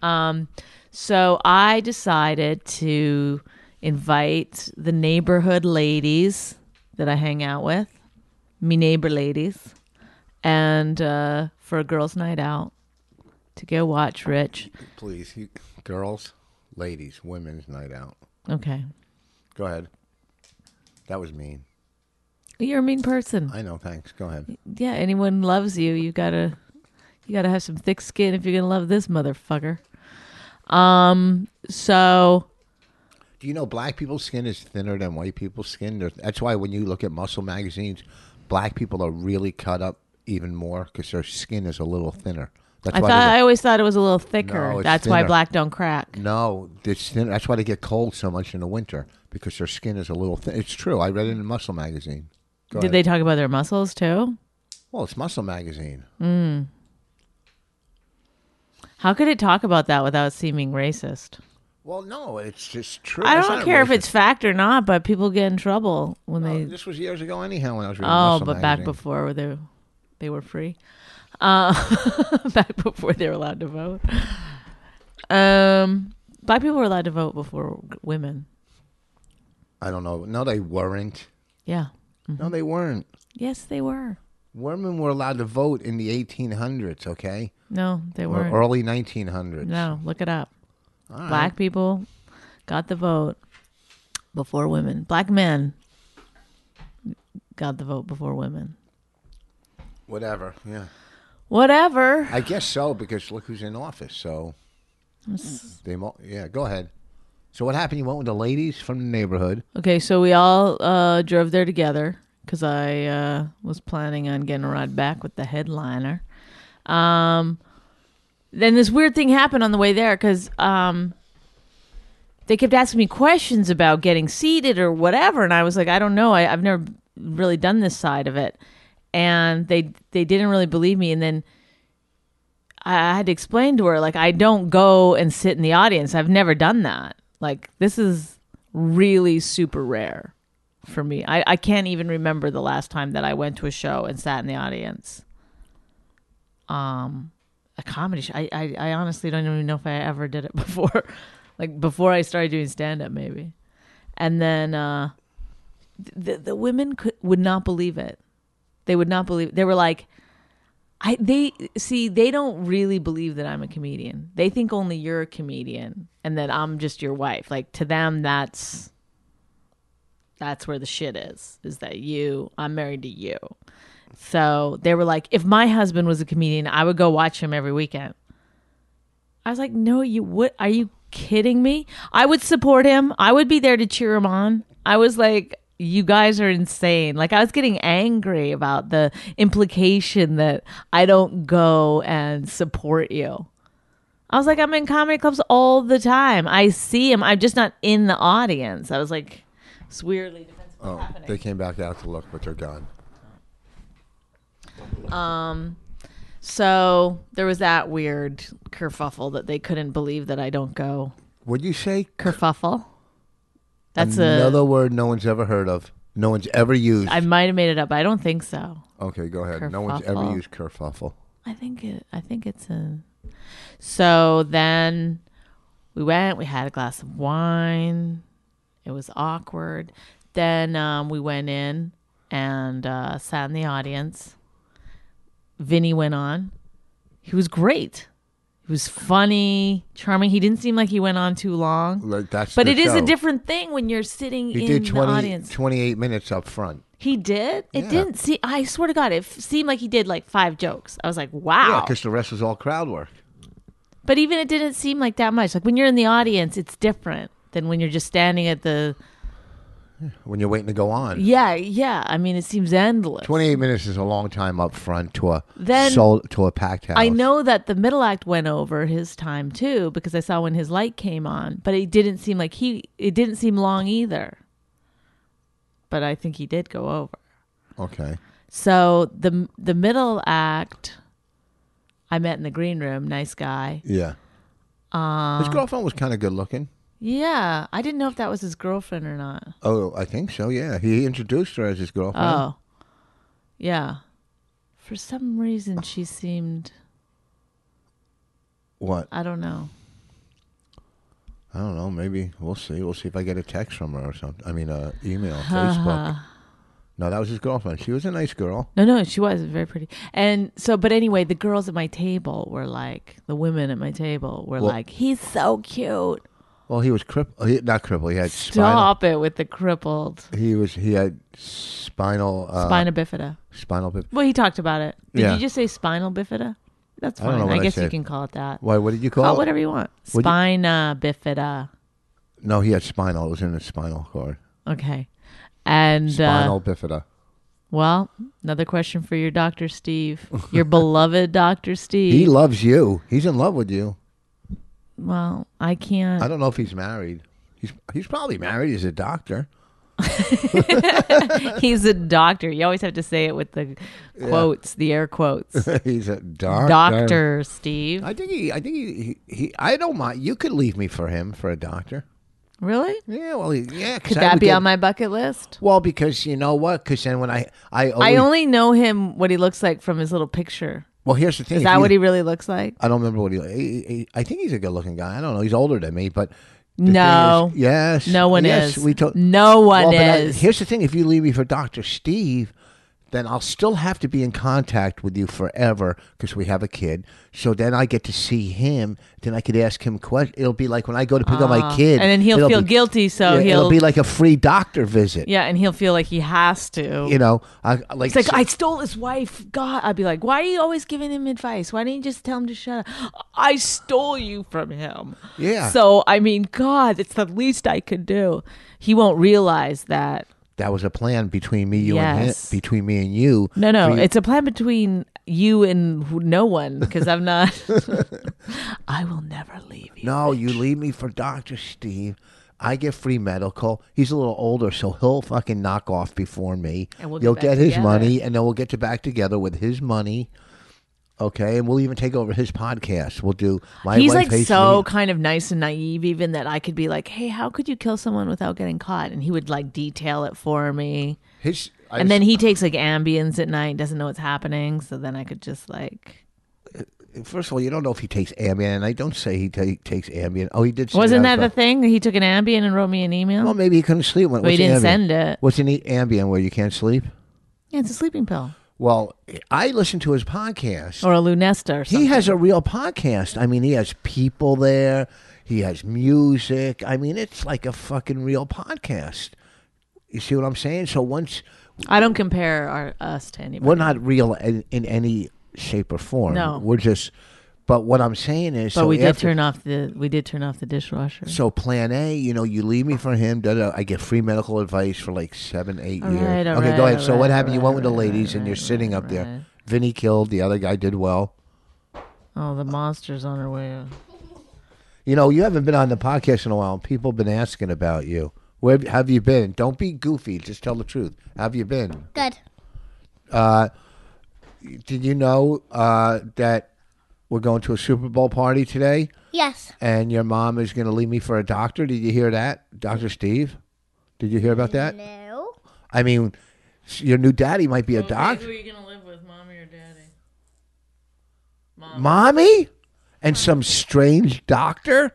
S3: Um, so I decided to invite the neighborhood ladies that I hang out with, me neighbor ladies, and uh, for a girls' night out to go watch Rich.
S2: Please, you, girls, ladies, women's night out.
S3: Okay,
S2: Go ahead. That was mean.
S3: you're a mean person.
S2: I know. Thanks. Go ahead.
S3: yeah, anyone loves you, you gotta you gotta have some thick skin if you're gonna love this motherfucker. Um, so
S2: Do you know black people's skin is thinner than white people's skin? There's- That's why when you look at muscle magazines, black people are really cut up even more because their skin is a little thinner. That's
S3: I
S2: why
S3: thought
S2: they
S3: I always thought it was a little thicker.
S2: No, it's
S3: That's why
S2: thinner.
S3: black don't crack.
S2: get, no, it's thinner. That's why they get cold so much in the winter because their skin is a little thin. It's true. I read it in Muscle magazine. Go
S3: Did
S2: ahead.
S3: they talk about their muscles too?
S2: Well, it's Muscle magazine.
S3: How could it talk about that without seeming racist?
S2: Well, no, it's just true.
S3: I
S2: It's
S3: don't
S2: not
S3: care if
S2: racist.
S3: it's fact or not, but people get in trouble when
S2: Oh,
S3: they
S2: this was years ago, anyhow. When I was reading
S3: Oh,
S2: Muscle
S3: but back
S2: magazine.
S3: before they they were free, uh, <laughs> back before they were allowed to vote. Um, black people were allowed to vote before women.
S2: I don't know. No, they weren't.
S3: Yeah. Mm-hmm.
S2: No, they weren't.
S3: Yes, they were.
S2: Women were allowed to vote in the 1800s, okay,
S3: No, they
S2: or
S3: weren't.
S2: early 1900s.
S3: no, look it up. Black people got the vote before women. Black men got the vote before women.
S2: whatever. Yeah,
S3: Whatever.
S2: I guess so because look who's in office. So they, mo- yeah, go ahead. So what happened? You went with the ladies from the neighborhood.
S3: Okay, so we all uh, drove there together because I uh, was planning on getting a ride back with the headliner. Um, then this weird thing happened on the way there because um, they kept asking me questions about getting seated or whatever, and I was like, I don't know, I, I've never really done this side of it, and they they didn't really believe me, and then. I I had to explain to her like I don't go and sit in the audience. I've never done that. Like this is really super rare for me. I, I can't even remember the last time that I went to a show and sat in the audience. Um, a comedy show. I, I I honestly don't even know if I ever did it <laughs> before. like before I started doing stand up, maybe. And then uh, the the women could, would not believe it. They would not believe. They were like, I they see they don't really believe that I'm a comedian. They think only you're a comedian and that I'm just your wife. Like to them that's that's where the shit is. Is that you I'm married to you. So they were like if my husband was a comedian, I would go watch him every weekend. I was like, "No, you would Are you kidding me? I would support him. I would be there to cheer him on." I was like, "You guys are insane." Like I was getting angry about the implication that I don't go and support you. I was like, "I'm in comedy clubs all the time. I see him. I'm just not in the audience." I was like, "It's weirdly defensive." What's
S2: Oh,
S3: happening?
S2: they came back out to look, but they're gone.
S3: so there was that weird kerfuffle that they couldn't believe that I don't go.
S2: Would you say
S3: Kerfuffle. That's
S2: Another
S3: a.
S2: word no one's ever heard of. No one's ever used.
S3: I might have made it up. I don't think so.
S2: okay, go ahead. No one's ever
S3: Kerfuffle.
S2: used kerfuffle.
S3: I think it. I think it's a. So then, we went. We had a glass of wine. It was awkward. Then um, we went in and uh, sat in the audience. Vinny went on. He was great. He was funny, charming. He didn't seem like he went on too long.
S2: Like that's.
S3: But
S2: the
S3: it is a
S2: show.
S3: different thing when you're sitting
S2: He
S3: in
S2: did
S3: the
S2: 20,
S3: audience.
S2: 28 minutes up front.
S3: He did. It
S2: Yeah.
S3: didn't see. I swear to God, it f- seemed like he did like five jokes. I was like,
S2: Yeah,
S3: wow.
S2: because the rest was all crowd work.
S3: but even it didn't seem like that much. Like when you're in the audience, it's different than when you're just standing at the.
S2: When you're waiting to go on.
S3: Yeah, yeah. I mean, it seems endless.
S2: 28 minutes is a long time up front to a
S3: Then-
S2: sol- to a packed house.
S3: I know that the middle act went over his time too because I saw when his light came on, but it didn't seem like he. It didn't seem long either. But I think he did go over.
S2: Okay.
S3: So the the middle act, I met in the green room. Nice guy. Um,
S2: Yeah.
S3: Uh,
S2: His girlfriend was kind of good looking.
S3: Yeah, I didn't know if that was his girlfriend or not.
S2: Oh, I think so. Yeah, he introduced her as his girlfriend.
S3: Oh, yeah. For some reason, she seemed
S2: What?
S3: I don't know.
S2: I don't know. Maybe we'll see. We'll see if I get a text from her or something. I mean, uh,
S3: <laughs>
S2: email, Facebook. No, that was his girlfriend. She was a nice girl.
S3: No, no, she was very pretty. And so, but anyway, the girls at my table were like, the women at my table were
S2: Well-
S3: like, he's so cute.
S2: Well, he was crippled. He, not crippled. He had spinal.
S3: Stop it with the crippled
S2: He was. He had spinal. Uh,
S3: spina bifida.
S2: Spinal. bif-
S3: Well, he talked about it. Did
S2: yeah.
S3: you just say spinal bifida? That's
S2: I don't
S3: fine.
S2: know
S3: I,
S2: what I
S3: guess you
S2: said.
S3: can call it that.
S2: Why? What did you call
S3: Call it
S2: it?
S3: Oh, whatever you want.
S2: Would you-
S3: Spina bifida.
S2: No, he had spinal. It was in his spinal cord.
S3: Okay. And uh,
S2: Spinal bifida.
S3: Well, another question for your doctor, Steve.
S2: <laughs>
S3: Your beloved doctor, Steve.
S2: He loves you. He's in love with you.
S3: well, I can't.
S2: I don't know if he's married. He's he's probably married. He's a doctor. <laughs>
S3: He's a doctor. You always have to say it with the quotes, the air
S2: <laughs>
S3: quotes.
S2: he's a doctor.
S3: doctor, Steve.
S2: I think he. I think he, he. He. I don't mind. You could leave me for him for a doctor.
S3: really?
S2: Yeah. Well. he- Yeah. 'cause
S3: Could
S2: I
S3: that
S2: would
S3: be
S2: get-
S3: on my bucket list?
S2: Well, because you know what? Because then when I I always,
S3: I only know him what he looks like from his little picture.
S2: well here's the thing.
S3: Is
S2: if
S3: that
S2: you-
S3: what he really looks like?
S2: I don't remember what he, he, he- I think he's a good-looking guy. I don't know. He's older than me, but the thing
S3: No.
S2: is- yes,
S3: No one
S2: yes,
S3: is.
S2: We to-
S3: No one
S2: Well, but I-
S3: is.
S2: here's the thing: if you leave me for Doctor Steve, then I'll still have to be in contact with you forever because we have a kid. So then I get to see him. Then I could ask him questions. It'll be like when I go to pick up my kid,
S3: Ah. and then he'll
S2: it'll
S3: feel
S2: be-
S3: guilty, so
S2: yeah,
S3: he'll-
S2: it'll be like a free doctor visit.
S3: Yeah, and he'll feel like he has to.
S2: You know, I, I like
S3: It's like
S2: so-
S3: I stole his wife. God, I'd be like, why are you always giving him advice? Why didn't you just tell him to shut up? I stole you from him.
S2: Yeah.
S3: So I mean, God, it's the least I could do. He won't realize that.
S2: that was a plan between me, you, and him,
S3: Yes.
S2: between me and you.
S3: No, no,
S2: for you-
S3: it's a plan between you and who- no one because I'm not. <laughs> I will never leave you.
S2: No, you leave me for Dr. Steve. I get free medical. He's a little older, so he'll fucking knock off before me.
S3: And we'll get
S2: You'll
S3: back
S2: get his
S3: together.
S2: money, and then we'll get to back together with his money. Okay, and we'll even take over his podcast. We'll do my
S3: He's
S2: wife
S3: like
S2: hates
S3: so
S2: me.
S3: kind of nice and naive, even that I could be like, "Hey, how could you kill someone without getting caught?" And he would like detail it for me.
S2: His, I
S3: and
S2: just-
S3: then he takes like ambience at night, doesn't know what's happening, so then I could just like.
S2: first of all, you don't know if he takes Ambien, and I don't say he ta- takes Ambien. Oh, he did. Say
S3: Wasn't
S2: that
S3: that the
S2: about-
S3: thing? He took an Ambien and wrote me an email.
S2: Well, maybe he couldn't sleep. When,
S3: Well, he
S2: what's Ambien?
S3: didn't send it.
S2: What's an Ambien where you can't sleep?
S3: Yeah, it's a sleeping pill
S2: Well, I listen to his podcast.
S3: or a Lunesta or something.
S2: He has a real podcast. I mean, he has people there. He has music. I mean, it's like a fucking real podcast. You see what I'm saying? So once
S3: I don't compare our, us to anybody.
S2: we're not real in, in any shape or form.
S3: No.
S2: we're just. But what I'm saying is,
S3: but
S2: so
S3: we did
S2: after-
S3: turn off the we did turn off the dishwasher.
S2: So plan A, you know, you leave me for him. Da, da, I get free medical advice for like seven, eight
S3: All
S2: years.
S3: right, all
S2: okay,
S3: right,
S2: go ahead.
S3: all
S2: so what
S3: right,
S2: happened? you
S3: all
S2: went with the
S3: right,
S2: ladies, and
S3: right,
S2: you're
S3: right,
S2: sitting up there.
S3: right.
S2: Vinny killed. The other guy did well.
S3: oh, the monster's on her way. up.
S2: You know, you haven't been on the podcast in a while, and people have been asking about you. Where have you been? Don't be goofy. Just tell the truth. Have you been?
S4: Good.
S2: Did you know uh, that we're going to a Super Bowl party today,
S4: Yes.
S2: and your mom is going to leave me for a doctor? Did you hear that, Doctor Steve? Did you hear about that?
S4: No.
S2: I mean, s- your new daddy might be a doc.
S3: Who are you gonna live with, mommy or daddy?
S2: Mommy? And some strange doctor?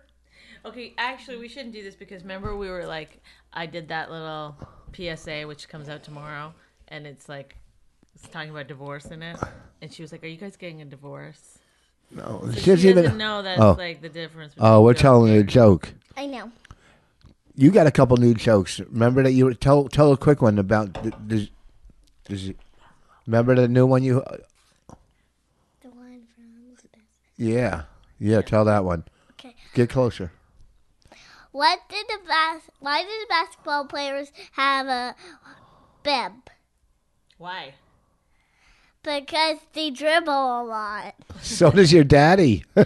S3: Okay, actually, we shouldn't do this because remember we were like, I did that little PSA which comes out tomorrow, and it's like, it's talking about divorce in it, and she was like, "Are you guys getting a divorce?"
S2: No, she
S3: She
S2: doesn't
S3: doesn't
S2: even-
S3: know that's
S2: Oh.
S3: like the difference. Between
S2: Oh, we're
S3: divorce.
S2: telling a joke.
S4: I know.
S2: You got a couple new jokes. Remember that you were- tell tell a quick one about the, the, the- Remember the new one you uh,
S4: The one from the best.
S2: Yeah. Yeah, tell that one.
S4: Okay.
S2: Get closer.
S4: What did the bas- Why did the basketball players have a bib?
S3: <laughs> Why?
S4: Because they dribble a lot.
S2: So does your daddy. <laughs>
S4: Why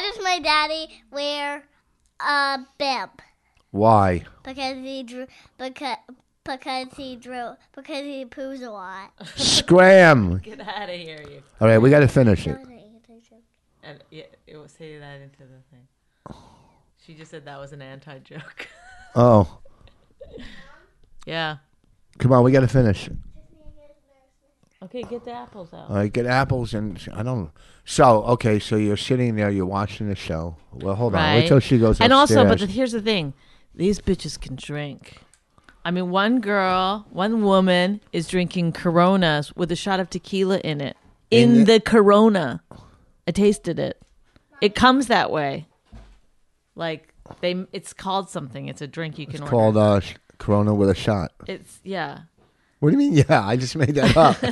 S4: does my daddy wear a bib?
S2: Why?
S4: Because he drew because because he drew because he poos a lot.
S2: Scram.
S3: Get out of here, you!
S2: All right, we got to finish it.
S3: And yeah, it was say that into the thing. She just said that was an anti-joke. <laughs>
S2: Oh,
S3: yeah.
S2: come on, we got to finish. it.
S3: Okay, get the apples out.
S2: All right, get apples and I don't. So okay, so you're sitting there, you're watching the show. Well, hold on, wait till she goes.
S3: And also, but the,
S2: upstairs.
S3: here's the thing: these bitches can drink. I mean, one girl, one woman is drinking Coronas with a shot of tequila in it. In,
S2: In
S3: the, Corona, I tasted it. It comes that way. Like they, it's called something. It's a drink you can order.
S2: called uh, sh- Corona with a shot.
S3: it's yeah.
S2: What do you mean? <laughs> Yeah, I just made that up,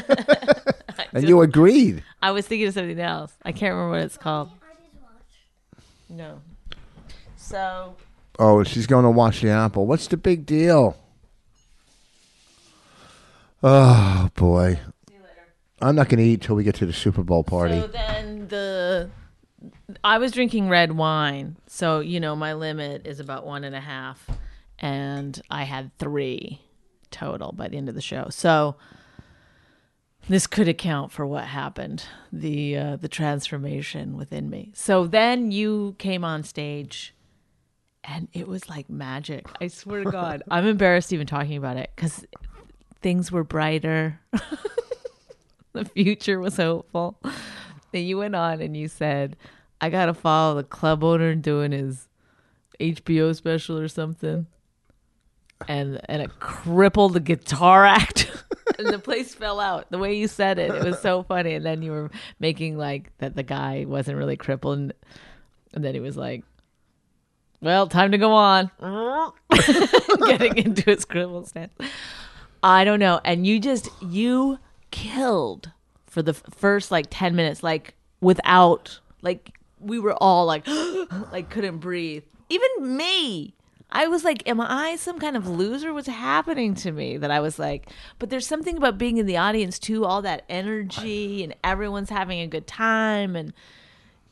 S3: <laughs>
S2: <laughs> and you agreed.
S3: I was thinking of something else. I can't remember what it's called. No. So
S2: Oh, she's going to wash the apple. What's the big deal? Oh boy, I'm not going to eat till we get to the Super Bowl party.
S3: So then the I was drinking red wine, so you know my limit is about one and a half, and I had three total by the end of the show. So this could account for what happened the uh, the transformation within me. So then you came on stage. And it was like magic. I swear to God, I'm embarrassed even talking about it because things were brighter. <laughs> the future was hopeful. Then you went on and you said, I gotta follow the club owner doing his HBO special or something. And and it crippled the guitar act. <laughs> and the place fell out. The way you said it, it was so funny. And then you were making like that the guy wasn't really crippled and, and then he was like well, time to go on. <laughs> Getting into his cripple stance. I don't know. And you just you killed for the f- first like ten minutes, like without like we were all like <gasps> like couldn't breathe. Even me. I was like, am I some kind of loser? What's happening to me? That I was like, but there's something about being in the audience too, all that energy and everyone's having a good time and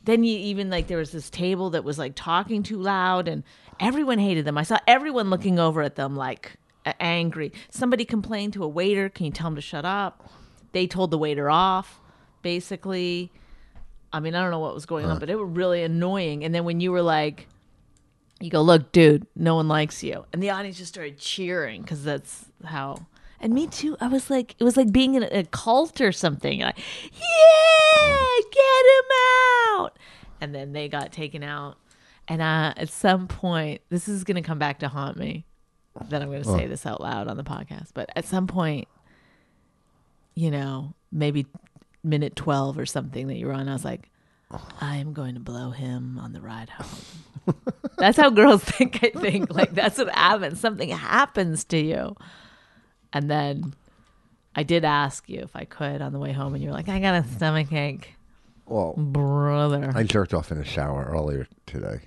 S3: then you even like there was this table that was like talking too loud and everyone hated them i saw everyone looking over at them like a- angry somebody complained to a waiter can you tell him to shut up they told the waiter off basically i mean i don't know what was going on but it was really annoying and then when you were like you go look dude no one likes you and the audience just started cheering because that's how and me too i was like it was like being in a, a cult or something like yeah get him out and then they got taken out and uh, at some point this is going to come back to haunt me that i'm going to say this out loud on the podcast but at some point you know maybe minute 12 or something that you were on i was like i'm going to blow him on the ride home that's how girls <laughs> think, I think. Like, that's what happens. Something happens to you. And then I did ask you if I could on the way home, and you were like, I got a stomach ache. Mm.
S2: Well,
S3: Brother.
S2: I jerked off in the shower earlier today,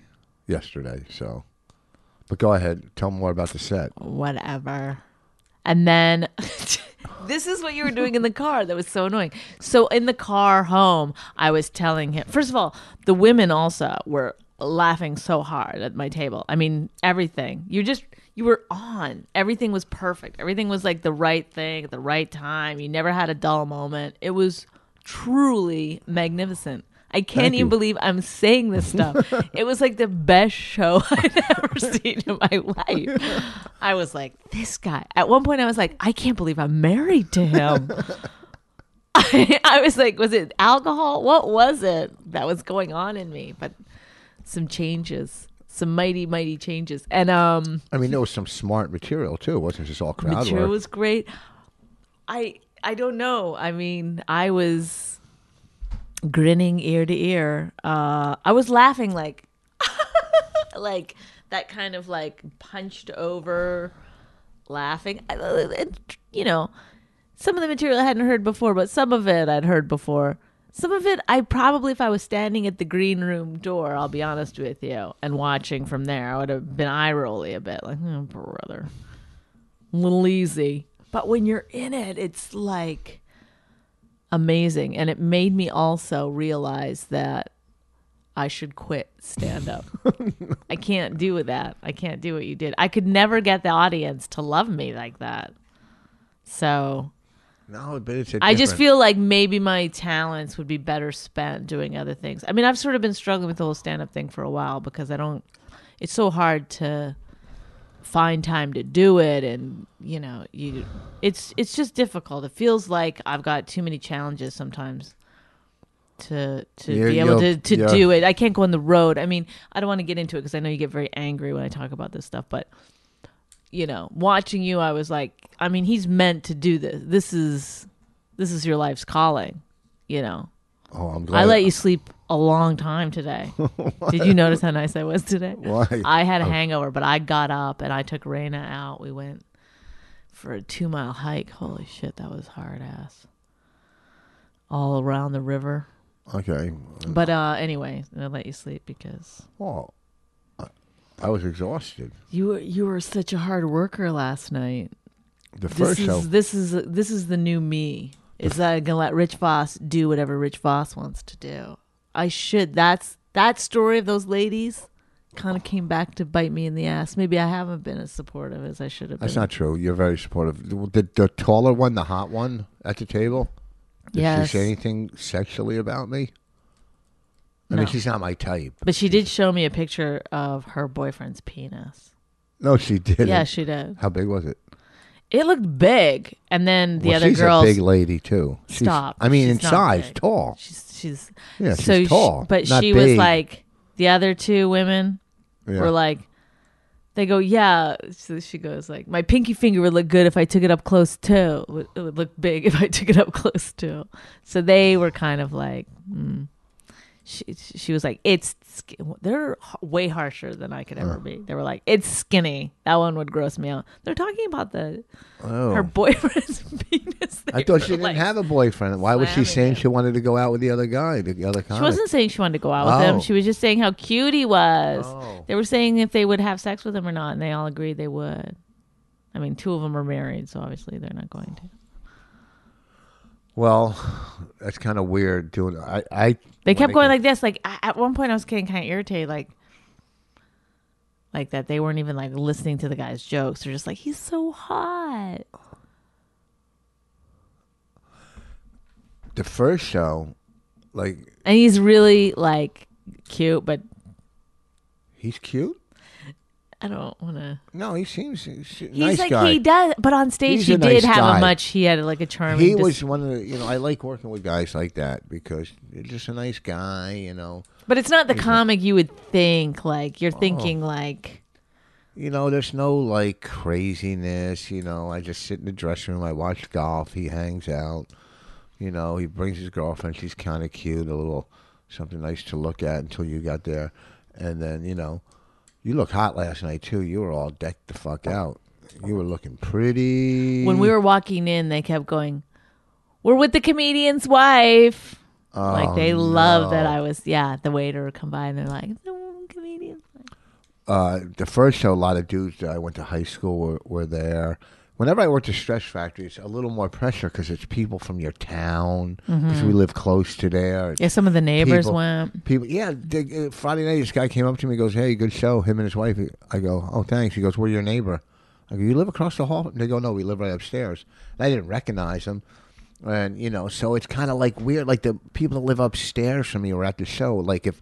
S2: yesterday. So, but go ahead, tell more about the set.
S3: whatever. And then <laughs> this is what you were doing in the car that was so annoying. So in the car home, I was telling him, first of all, the women also were laughing so hard at my table. I mean, everything. You just you were on. Everything was perfect. Everything was like the right thing at the right time. You never had a dull moment. It was truly magnificent. I can't
S2: you.
S3: even believe I'm saying this stuff. it was like the best show <laughs> I've ever seen in my life. I was like, this guy. At one point, I was like, I can't believe I'm married to him. <laughs> I, I was like, was it alcohol? What was it that was going on in me? But some changes, some mighty, mighty changes. And um,
S2: I mean, there was some smart material too. It wasn't just all crowd
S3: Mature
S2: work.
S3: was great. I I don't know. I mean, I was grinning ear to ear. Uh, I was laughing like <laughs> like that kind of like punched over laughing. I, it, you know, some of the material I hadn't heard before, but some of it I'd heard before. Some of it I probably, if I was standing at the green room door, I'll be honest with you, and watching from there, I would have been eye rolly a bit, like, oh, brother little easy. But when you're in it, it's like amazing. And it made me also realize that I should quit stand <laughs> up. I can't do that. I can't do what you did. I could never get the audience to love me like that. So
S2: No, but it's. A
S3: I just
S2: different-
S3: feel like maybe my talents would be better spent doing other things. I mean, I've sort of been struggling with the whole stand up thing for a while because I don't, it's so hard to find time to do it and you know you it's it's just difficult it feels like i've got too many challenges sometimes to to
S2: You're-
S3: be able
S2: you're-
S3: to to
S2: you're-
S3: do it i can't go on the road i mean i don't want to get into it because i know you get very angry when i talk about this stuff but you know watching you i was like i mean he's meant to do this this is this is your life's calling you know
S2: Oh, I'm glad.
S3: I let you sleep a long time today. Did you notice how nice I was today?
S2: Why?
S3: I had a hangover, but I got up and I took Raina out. We went for a two mile hike. Holy shit, that was hard ass. All around the river.
S2: Okay.
S3: But uh anyway, I let you sleep because
S2: Well, I, I was exhausted.
S3: you were you were such a hard worker last night.
S2: The
S3: This
S2: first
S3: is
S2: show.
S3: this is this is the new me. Is that I'm gonna let Rich Voss do whatever Rich Voss wants to do? I should. That's that story of those ladies kind of came back to bite me in the ass. Maybe I haven't been as supportive as I should have been.
S2: That's not true. You're very supportive. The, the taller one, the hot one at the table. Did
S3: Yes.
S2: she say anything sexually about me? I
S3: No.
S2: mean, she's not my type.
S3: but she did show me a picture of her boyfriend's penis.
S2: No, she didn't.
S3: Yeah, she did.
S2: How big was it?
S3: It looked big, and then the
S2: Well,
S3: other
S2: she's
S3: girls
S2: a big lady too. She's,
S3: Stop.
S2: I mean,
S3: She's
S2: in
S3: not
S2: size,
S3: big.
S2: tall.
S3: She's she's
S2: Yeah, she's
S3: so she-
S2: tall,
S3: but
S2: not
S3: she was
S2: big.
S3: like the other two women
S2: Yeah.
S3: were like they go yeah so she goes like my pinky finger would look good if i took it up close too it would, it would look big <laughs> if i took it up close too so they were kind of like mm. she, she was like it's skin-" they're h- way harsher than i could ever be they were like it's skinny that one would gross me out they're talking about the
S2: Oh.
S3: her <laughs> boyfriend's penis
S2: I thought she
S3: <laughs> They were
S2: didn't
S3: like-
S2: have a boyfriend. Why was she
S3: slamming
S2: saying
S3: him.
S2: she wanted to go out with the other guy, the other comic?
S3: She wasn't saying she wanted to go out with
S2: Oh.
S3: him. She was just saying how cute he was.
S2: Oh.
S3: They were saying if they would have sex with him or not, and they all agreed they would. I mean, two of them are married, so obviously they're not going to.
S2: Well, that's kind of weird. Doing I, I
S3: They
S2: when
S3: kept
S2: I
S3: going
S2: get-
S3: like this. Like I- at one point, I was getting kind of irritated, like like that they weren't even like listening to the guy's jokes. They're just like, he's so hot.
S2: the first show. Like
S3: And he's really like cute, but
S2: he's cute.
S3: I don't want to.
S2: No, he seems he's a
S3: He's
S2: nice
S3: like
S2: guy.
S3: he does, but on stage
S2: He's
S3: he
S2: a
S3: did
S2: nice
S3: have
S2: guy.
S3: a much. He had like a charming.
S2: He
S3: dis-
S2: was one of the you know I like working with guys like that because they're just a nice guy. You know,
S3: But it's not the comic you would think. Like
S2: Oh.
S3: you're thinking like
S2: you know, there's no like craziness. You know, I just sit in the dressing room. I watch golf. He hangs out. You know, he brings his girlfriend. She's kind of cute, a little something nice to look at until you got there, and then you know, you look hot last night too. You were all decked the fuck out. You were looking pretty.
S3: when we were walking in, they kept going, "We're with the comedian's wife."
S2: Oh,
S3: like they love that I was. Yeah, the waiter would come by and they're like, "The comedian's wife."
S2: uh, the first show, a lot of dudes that I went to high school were, were there. Whenever I worked at Stress Factory, it's a little more pressure because it's people from your town because we live close to there.
S3: Yeah, some of the neighbors
S2: people-
S3: went.
S2: People, yeah. They, uh, Friday night, this guy came up to me, goes, "Hey, good show." Him and his wife. I go, "Oh, thanks." He goes, "We're your neighbor." I go, "You live across the hall?" And they go, "No, we live right upstairs." And I didn't recognize him, and you know, so it's kind of like weird. Like the people that live upstairs from you are at the show. Like if,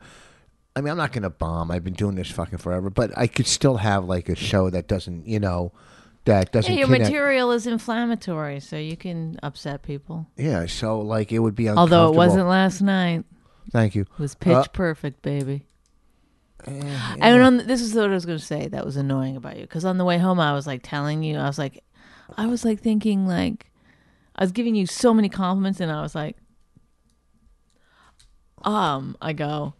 S2: I mean, I'm not gonna bomb. I've been doing this fucking forever, but I could still have like a show that doesn't, you know, that doesn't.
S3: Yeah, your
S2: connect.
S3: material is inflammatory, so you can upset people.
S2: Yeah, so like it would be uncomfortable.
S3: Although it wasn't last night,
S2: Thank you.
S3: it was pitch
S2: Uh,
S3: perfect, baby. I mean, on, this is what I was going to say. That was annoying about you because on the way home, I was like telling you, I was like, I was like thinking like, I was giving you so many compliments, and I was like, um, I go,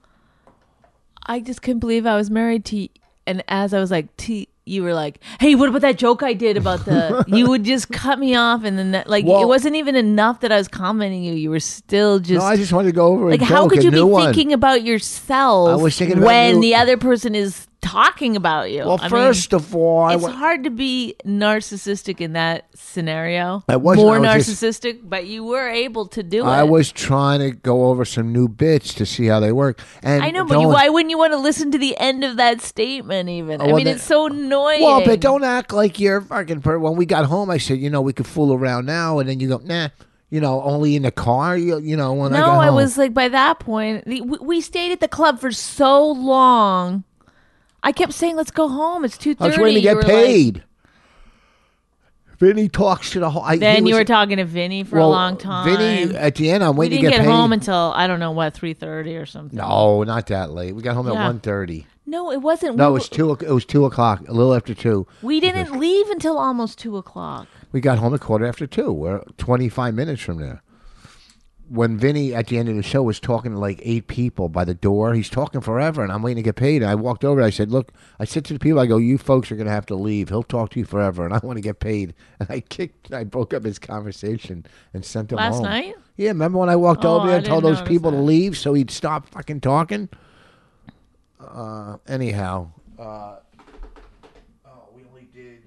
S3: I just couldn't believe I was married to. y-" And as I was like, T, you were like, hey, what about that joke I did
S2: <laughs>
S3: about the? you would just cut me off, and then that, like it
S2: Well-
S3: wasn't even enough that I was commenting you. You were still just
S2: No, I just wanted to go over.
S3: like
S2: a
S3: how
S2: joke,
S3: could
S2: a
S3: you be
S2: new one.
S3: thinking about yourself
S2: I was thinking about
S3: when
S2: you-
S3: the other person is talking about you
S2: Well,
S3: I mean,
S2: first of all, I
S3: it's
S2: wa-
S3: hard to be narcissistic in that scenario
S2: I wasn't,
S3: more
S2: I was just-
S3: narcissistic but you were able to do
S2: I
S3: it
S2: was trying to go over some new bits to see how they work. And
S3: I know, but you,
S2: don't-
S3: why wouldn't you want to listen to the end of that statement? Even I
S2: Well,
S3: mean,
S2: then-
S3: it's so annoying.
S2: Well, but don't act like you're fucking. Per- when we got home, I said, you know, we could fool around now, and then you go, nah, you know, only in the car. You, you know, when I
S3: No,
S2: got
S3: I
S2: home.
S3: was like, by that point, the- we, we stayed at the club for so long. I kept saying, "Let's go home." It's two
S2: I
S3: thirty.
S2: was waiting to get paid. Vinny talks to the whole. I, he
S3: Then you
S2: was-
S3: were talking to Vinny for
S2: well,
S3: a long time.
S2: Vinny, uh, at the end, I'm
S3: we
S2: waiting
S3: didn't
S2: to
S3: get,
S2: paid.
S3: home until I don't know what three thirty or something.
S2: no, not that late. We got home
S3: Yeah.
S2: at 1.30.
S3: no, it wasn't.
S2: No, it
S3: we,
S2: was two. o- It was two o'clock, a little after two.
S3: we didn't leave until almost two o'clock.
S2: We got home at quarter after two. We're 25 minutes from there. When Vinny at the end of the show was talking to like eight people by the door, he's talking forever, and I'm waiting to get paid. And I walked over. I said, "Look," I said to the people, "I go, you folks are gonna have to leave. He'll talk to you forever, and I want to get paid." <laughs> And I kicked, I broke up his conversation and sent him
S3: Last
S2: home.
S3: night?
S2: Yeah, remember when I walked
S3: Oh,
S2: over there
S3: I
S2: and told
S3: didn't
S2: those
S3: notice
S2: people to
S3: that.
S2: leave so he'd stop fucking talking? Uh, anyhow, uh, oh, we only did.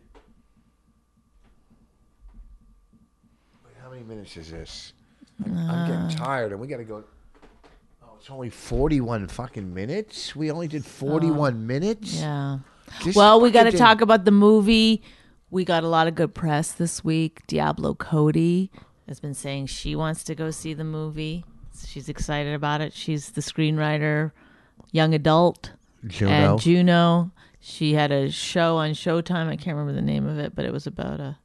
S2: Wait, how many minutes is this? I'm, I'm getting
S3: Uh.
S2: tired, and we got to go. Oh, it's only forty-one fucking minutes. We only did forty-one minutes.
S3: Oh. Yeah.
S2: This
S3: well, we got to
S2: fucking-
S3: talk about the movie. We got a lot of good press this week. Diablo Cody has been saying she wants to go see the movie. She's excited about it. She's the screenwriter, young adult.
S2: Juno.
S3: And Juno, she had a show on Showtime. I can't remember the name of it, but it was about a.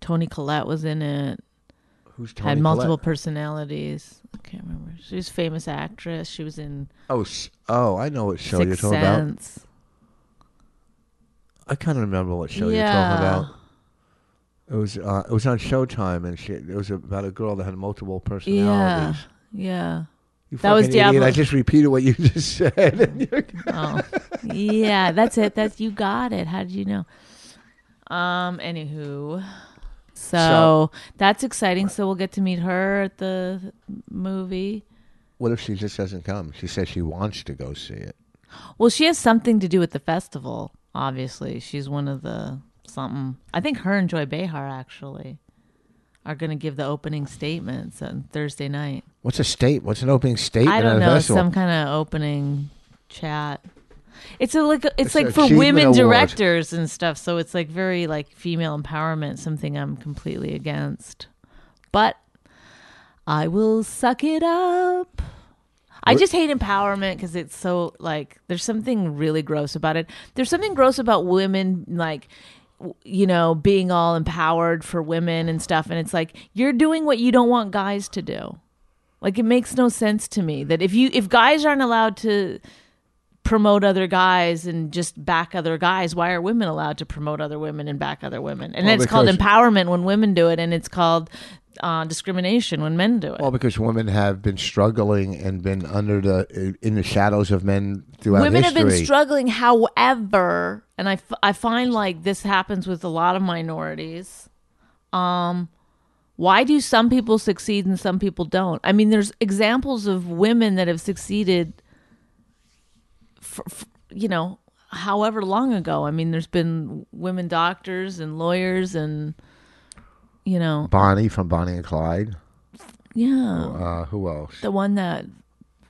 S3: Tony Collette was in it.
S2: Who's Tony
S3: had multiple
S2: Collette?
S3: personalities. I can't remember. She was a famous actress. She was in
S2: Oh, s- oh, I know what show you you're
S3: Sixth
S2: talking about.
S3: Sense.
S2: I kind of remember what show
S3: Yeah.
S2: you're talking about. It was uh, it was on Showtime, and she, it was about a girl that had multiple
S3: Yeah,
S2: personalities.
S3: yeah,
S2: You
S3: That was
S2: fucking idiot.
S3: Diablo.
S2: I just repeated what you <laughs> just said. And you're-
S3: yeah. That's it. That's you got it. How did you know? Um. Anywho, so, that's exciting. So we'll get to meet her at the movie.
S2: what if she just doesn't come? She says she wants to go see it.
S3: Well, she has something to do with the festival. Obviously, she's one of the something. I think her and Joy Behar actually are going to give the opening statements on Thursday night.
S2: What's a state? What's an opening statement?
S3: I
S2: at
S3: don't
S2: a
S3: know
S2: festival?
S3: some kind of opening chat. It's a like it's, like for
S2: achievement
S3: women
S2: award.
S3: directors and stuff, so it's like very like female empowerment, something I'm completely against. But I will suck it up. I just hate empowerment because it's so like there's something really gross about it. There's something gross about women like w- you know being all empowered for women and stuff and it's like you're doing what you don't want guys to do. Like it makes no sense to me that if you if guys aren't allowed to promote other guys and just back other guys, why are women allowed to promote other women and back other women? And
S2: Well,
S3: it's called
S2: because-
S3: empowerment when women do it, and it's called uh, discrimination when men do it.
S2: Well, because women have been struggling and been under the in the shadows of men throughout
S3: women
S2: history.
S3: have been struggling however and I, f- I find like this happens with a lot of minorities um why do some people succeed and some people don't i mean there's examples of women that have succeeded for, for you know however long ago i mean there's been women doctors and lawyers and you know
S2: Bonnie from Bonnie and Clyde.
S3: yeah
S2: Uh, who else?
S3: the one that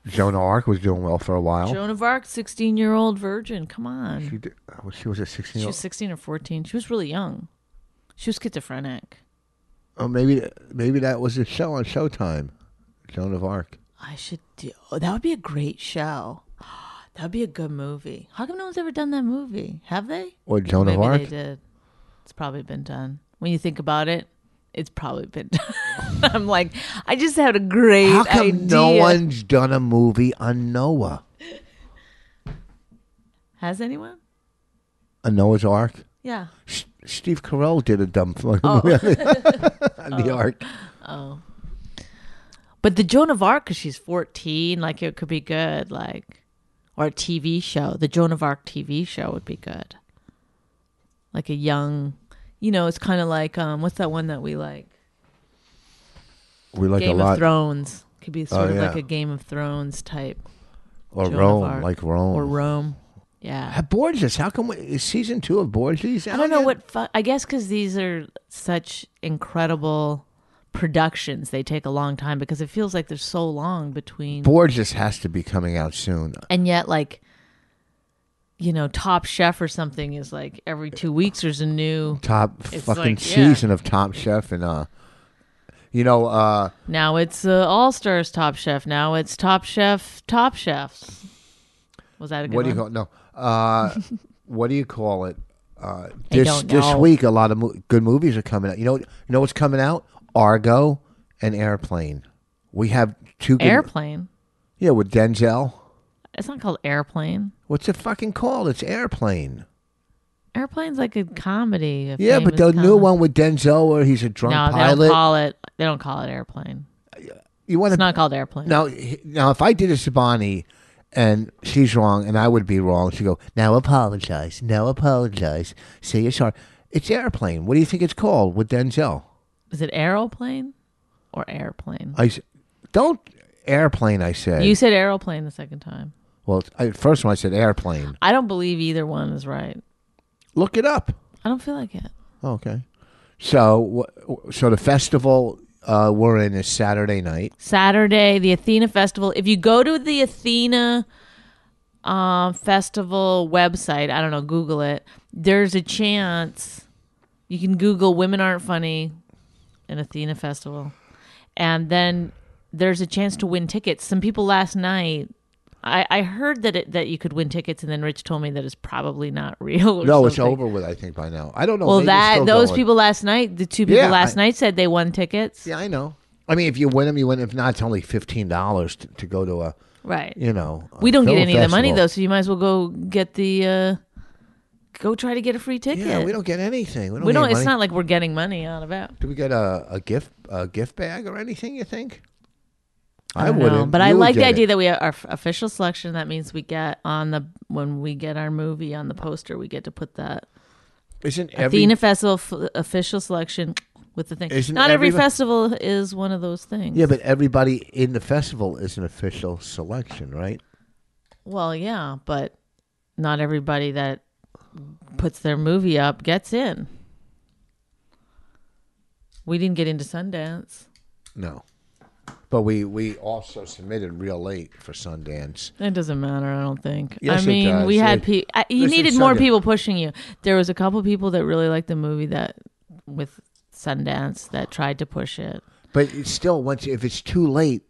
S2: Joan of Arc was doing well for a while.
S3: joan of arc 16 year old virgin come on
S2: She, did, well, she was a sixteen.
S3: She was 16 or 14. She was really young. She was schizophrenic.
S2: Oh, maybe maybe that was a show on Showtime, Joan of Arc.
S3: I should do. Oh, that would be a great show. <gasps> That would be a good movie. How come no one's ever done that movie? Have they?
S2: Or Joan
S3: Maybe
S2: of Arc.
S3: they did. It's probably been done. When you think about it, it's probably been <laughs> done. I'm like, I just had a great
S2: How come
S3: idea.
S2: no one's done a movie on Noah?
S3: has anyone?
S2: A Noah's Ark?
S3: Yeah.
S2: S- Steve Carell did a dumb fucking
S3: Oh.
S2: <laughs> movie on
S3: <laughs>
S2: the Ark.
S3: But the Joan of Arc, 'cause she's 14, like it could be good. Like, or a TV show. The Joan of Arc TV show would be good. Like a young, you know, it's kind of like, um, what's that one that we like?
S2: We like
S3: Oh. Game
S2: a
S3: of
S2: lot.
S3: Thrones. Could be sort
S2: Oh,
S3: of like
S2: yeah.
S3: a Game of Thrones type.
S2: Or
S3: Joan of
S2: Rome,
S3: Arc.
S2: like Rome.
S3: Or Rome. Yeah.
S2: Uh, Borges, how come we, is season two of Borges?
S3: I don't know what. Fu- I guess because these are such incredible productions, they take a long time because it feels like they're so long between.
S2: Borges has to be coming out soon.
S3: and yet, like, you know, Top Chef or something is like every two weeks there's a new.
S2: Top
S3: It's
S2: fucking
S3: like, yeah.
S2: season of Top Chef and uh, you know uh,
S3: Now it's uh, All Stars Top Chef. Now it's Top Chef Top Chefs. Was that a good
S2: what do
S3: one?
S2: you call no
S3: <laughs>
S2: uh, what do you call it? Uh,
S3: I
S2: this
S3: don't
S2: this
S3: know.
S2: week a lot of mo- good movies are coming out. You know you know what's coming out? Argo and Airplane. We have two good,
S3: Airplane.
S2: Yeah, with Denzel.
S3: It's not called Airplane.
S2: What's it fucking called? It's Airplane.
S3: Airplane's like a comedy. a
S2: Yeah, but
S3: famous
S2: the new
S3: comedy.
S2: one with Denzel where he's a drunk
S3: No, they
S2: pilot.
S3: don't call it. They don't call it airplane.
S2: you want
S3: It's
S2: to
S3: not called airplane.
S2: Now, h- now, if I did a Sabani and she's wrong and I would be wrong, she'd go, now apologize, now apologize, say you're sorry. It's airplane. What do you think it's called with Denzel?
S3: Is it aeroplane or airplane?
S2: I s- don't airplane. I said.
S3: you said aeroplane the second time.
S2: well, I, first one I said airplane.
S3: I don't believe either one is right.
S2: Look it up.
S3: I don't feel like it.
S2: Oh, okay. So, wh- so the festival uh, we're in is Saturday night.
S3: Saturday, the Athena Festival. If you go to the Athena um, Festival website, I don't know, Google it. There's a chance you can Google "Women Aren't Funny" and Athena Festival, and then there's a chance to win tickets. Some people last night. I, I heard that it, that you could win tickets, and then Rich told me that it's probably not <laughs> real. or
S2: No, it's
S3: something.
S2: over with. I think by now. I don't know.
S3: Well,
S2: maybe it's
S3: that
S2: still
S3: those
S2: going.
S3: people last night, the two people
S2: Yeah,
S3: last
S2: I-
S3: night said they won tickets.
S2: Yeah, I know. I mean, if you win them, you win. If not, it's only fifteen dollars to, to go to a.
S3: Right.
S2: you know. a
S3: we don't get
S2: film
S3: any of the money
S2: festival.
S3: though, so you might as well go get the uh go try to get a free ticket.
S2: Yeah, we don't get anything. We don't.
S3: We
S2: get
S3: don't.
S2: any
S3: It's
S2: money.
S3: not like we're getting money out of it.
S2: Do we get a, a gift a gift bag or anything? You think?
S3: I don't know,
S2: wouldn't.
S3: but I
S2: You would
S3: like the
S2: get
S3: idea
S2: it.
S3: that we have our f- official selection. That means we get on the when we get our movie on the poster, we get to put that
S2: isn't every
S3: Athena Festival f- official selection with the thing.
S2: Isn't
S3: not every
S2: everybody-
S3: festival is one of those things.
S2: yeah, but everybody in the festival is an official selection, right?
S3: Well, yeah, but not everybody that puts their movie up gets in. We didn't get into Sundance.
S2: No, but we we also submitted real late for Sundance.
S3: It doesn't matter, I don't think.
S2: Yes,
S3: I
S2: it
S3: mean,
S2: does.
S3: we had
S2: It-
S3: people. You
S2: listen,
S3: needed more
S2: Sundance-
S3: people pushing you. There was a couple people that really liked the movie that with Sundance that tried to push it.
S2: But it's still, once if it's too late,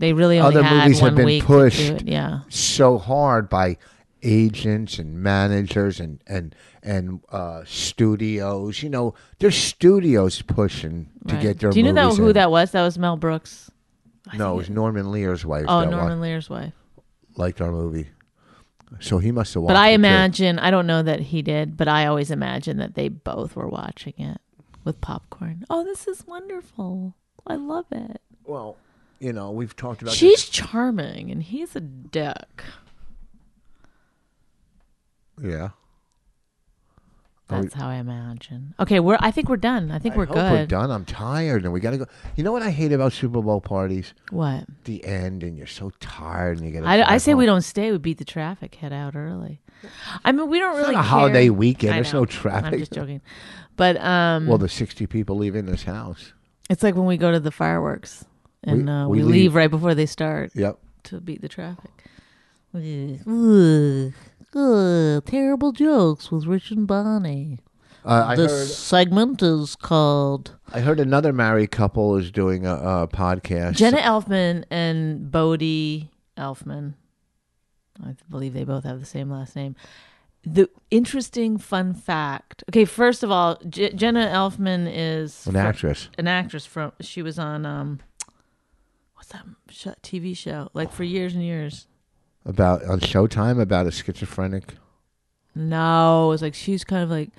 S3: They really only
S2: Other
S3: had
S2: movies have
S3: one
S2: been
S3: week to do
S2: pushed.
S3: it, Yeah,
S2: so hard by agents and managers and and and uh, studios. You know, there's studios pushing to
S3: right.
S2: get their.
S3: Do you know that,
S2: movies
S3: who
S2: in.
S3: that was? That was Mel Brooks.
S2: No, it was Norman Lear's wife.
S3: Oh,
S2: that wa-
S3: Norman Lear's wife.
S2: liked our movie, so he must have watched.
S3: But
S2: it,
S3: I
S2: too.
S3: imagine, I don't know that he did, but I always imagine that they both were watching it with popcorn. Oh, this is wonderful. I love it.
S2: Well, you know, we've talked about.
S3: She's charming and he's a dick.
S2: this- yeah.
S3: That's how I imagine. Okay, we're I think we're done. I think we're
S2: I hope
S3: good.
S2: we're done. I'm tired, and we got to go. You know what I hate about Super Bowl parties?
S3: What?
S2: The end, and you're so tired, and you get.
S3: I, I say we don't stay, we beat the traffic, head out early. I mean, we don't
S2: It's
S3: really
S2: not a
S3: care.
S2: holiday weekend.
S3: I
S2: There's
S3: know.
S2: no traffic.
S3: I'm just joking. But um
S2: Well, the 60 people leaving this house.
S3: it's like when we go to the fireworks and
S2: We-
S3: uh,
S2: we
S3: we leave.
S2: leave.
S3: right before they start.
S2: Yep.
S3: to beat the traffic. Ugh. Ugh. Ugh. Terrible jokes with Rich and Bonnie.
S2: Uh, I
S5: this
S2: heard
S5: segment is called
S2: I heard another married couple is doing a, a podcast. <laughs>
S3: Jenna Elfman and Bodie Elfman. I believe they both have the same last name. The interesting fun fact. Okay, first of all, J- Jenna Elfman is
S2: an
S3: fr-
S2: actress.
S3: an actress from. She was on um, what's that sh- TV show? Like for years and years.
S2: about on Showtime about a schizophrenic.
S3: No, it was like she's kind of like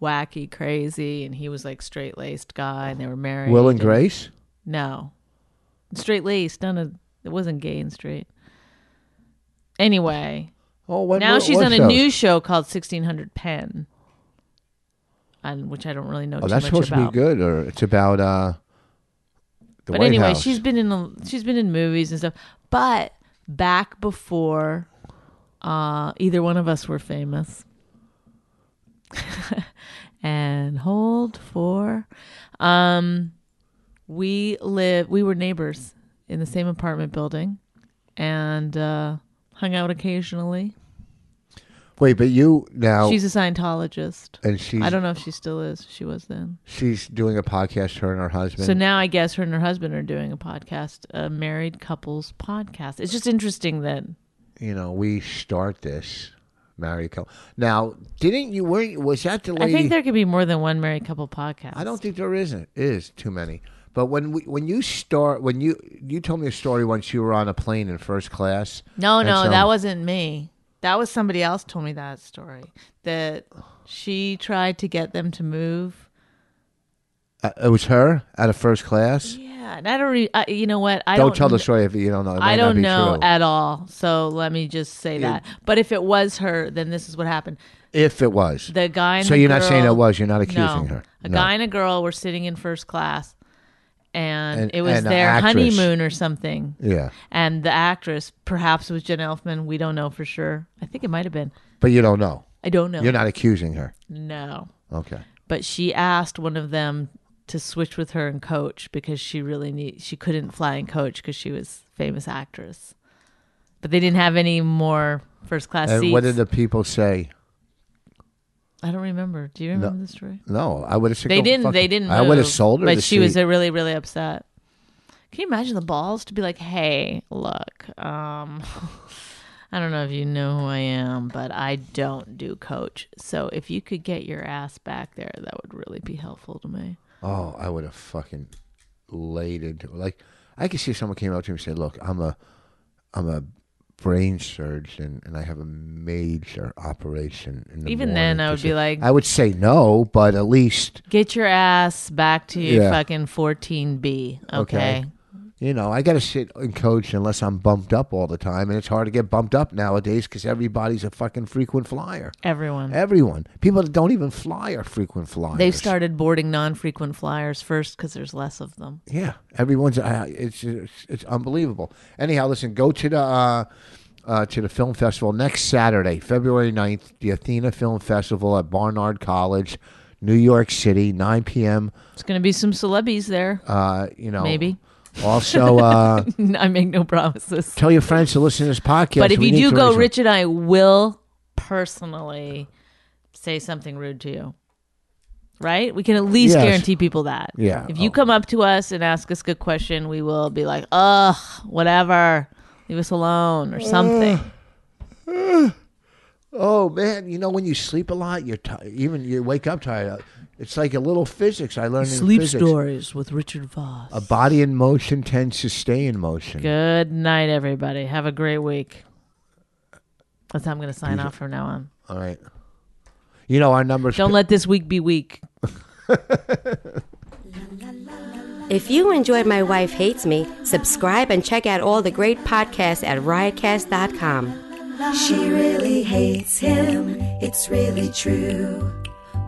S3: wacky, crazy, and he was like straight laced guy, and they were married.
S2: Will and Grace.
S3: No, straight laced. None of it wasn't gay and straight. Anyway,
S2: Oh, what,
S3: now
S2: what-
S3: she's
S2: what
S3: on a
S2: shows?
S3: new show called 1600 Pen, and which I don't really know
S2: Oh,
S3: too
S2: that's
S3: much
S2: supposed
S3: about.
S2: to be good, or it's about uh. The
S3: But
S2: White
S3: anyway,
S2: House.
S3: she's been in a, she's been in movies and stuff. But back before uh, either one of us were famous, <laughs> and hold for, um, we live we were neighbors in the same apartment building, and uh, hung out occasionally.
S2: wait, but you now
S3: She's a Scientologist.
S2: Oh. and she's
S3: I don't know if she still is. She was then.
S2: she's doing a podcast. Her and her husband.
S3: So now I guess her and her husband are doing a podcast, a married couples podcast. It's just interesting that
S2: you know, we start this married couple. Now, didn't you? Were you- was that the lady?
S3: I think there could be more than one married couple podcast.
S2: I don't think there isn't is too many. But when we when you start when you you told me a story once you were on a plane in first class.
S3: No,
S2: and
S3: no,
S2: some-
S3: that wasn't me. That was somebody else told me that story that she tried to get them to move.
S2: uh, it was her out of first class.
S3: Yeah, and I don't. Re- I, you know what? I
S2: don't,
S3: don't,
S2: tell the
S3: kn-
S2: story if you don't know. It might
S3: I
S2: not
S3: don't
S2: be
S3: know
S2: true.
S3: at all. So let me just say that. But if it was her, then this is what happened.
S2: if it was.
S3: The guy. And
S2: so
S3: the
S2: you're not saying
S3: girl-
S2: it was. You're not accusing
S3: no,
S2: her.
S3: A
S2: No.
S3: guy and a girl were sitting in first class, and,
S2: And-
S3: it was
S2: and a
S3: their
S2: actress.
S3: honeymoon or something.
S2: Yeah,
S3: and the actress perhaps was Jen Elfman. We don't know for sure. I think it might have been.
S2: but you don't know.
S3: I don't know.
S2: You're not accusing her.
S3: No,
S2: Okay.
S3: but she asked one of them to switch with her and coach because she really need she couldn't fly and coach because she was famous actress. But they didn't have any more first class
S2: And
S3: seats.
S2: what did the people say?
S3: I don't remember. Do you remember the story?
S2: No, I would have.
S3: They didn't. They didn't.
S2: I would have
S3: move,
S2: sold her.
S3: But
S2: the
S3: she was
S2: seat.
S3: uh, really, really upset. Can you imagine the balls to be like, "Hey, look, um, <laughs> I don't know if you know who I am, but I don't do coach. So if you could get your ass back there, that would really be helpful to me."
S2: Oh, I would have fucking laid into like. I could see someone came up to me and said, "Look, I'm a, I'm a brain surgeon, and I have a major operation." In the
S3: Even
S2: morning
S3: then, I
S2: to
S3: would
S2: see-"
S3: be like,
S2: I would say no, but at least
S3: "Get your ass back to your
S2: Yeah.
S3: fucking 14B,
S2: Okay.
S3: okay?"
S2: You know, I got to sit and coach unless I'm bumped up all the time, and it's hard to get bumped up nowadays because everybody's a fucking frequent flyer.
S3: Everyone.
S2: Everyone, people that don't even fly are frequent flyers.
S3: They've started boarding non-frequent flyers first because there's less of them.
S2: Yeah, everyone's. Uh, it's, it's it's unbelievable. Anyhow, listen, go to the uh, uh, to the film festival next Saturday, February 9th, the Athena Film Festival at Barnard College, New York City, nine p.m.
S3: It's going to be some celebs there. <laughs>
S2: Uh, you know,
S3: Maybe. <laughs>
S2: Also, uh,
S3: I make no promises.
S2: tell your friends to listen to this podcast.
S3: But if
S2: We
S3: you
S2: need
S3: do
S2: to
S3: go,
S2: raise-
S3: Rich and I will personally say something rude to you. Right? We can at least
S2: Yes.
S3: guarantee people that.
S2: Yeah.
S3: If you
S2: Oh.
S3: come up to us and ask us a question, we will be like, ugh, whatever. Leave us alone or something.
S2: Oh man, you know when you sleep a lot, you're ti even you wake up tired. It's like a little physics I learned in
S3: Sleep
S2: physics.
S3: stories with Richard Voss.
S2: A body in motion tends to stay in motion.
S3: Good night, everybody. Have a great week. That's how I'm going to sign off from now on.
S2: All right. You know our numbers.
S3: Don't let this week be weak.
S6: If you enjoyed My Wife Hates Me, subscribe and check out all the great podcasts at riotcast.com.
S1: She really hates him, it's really true.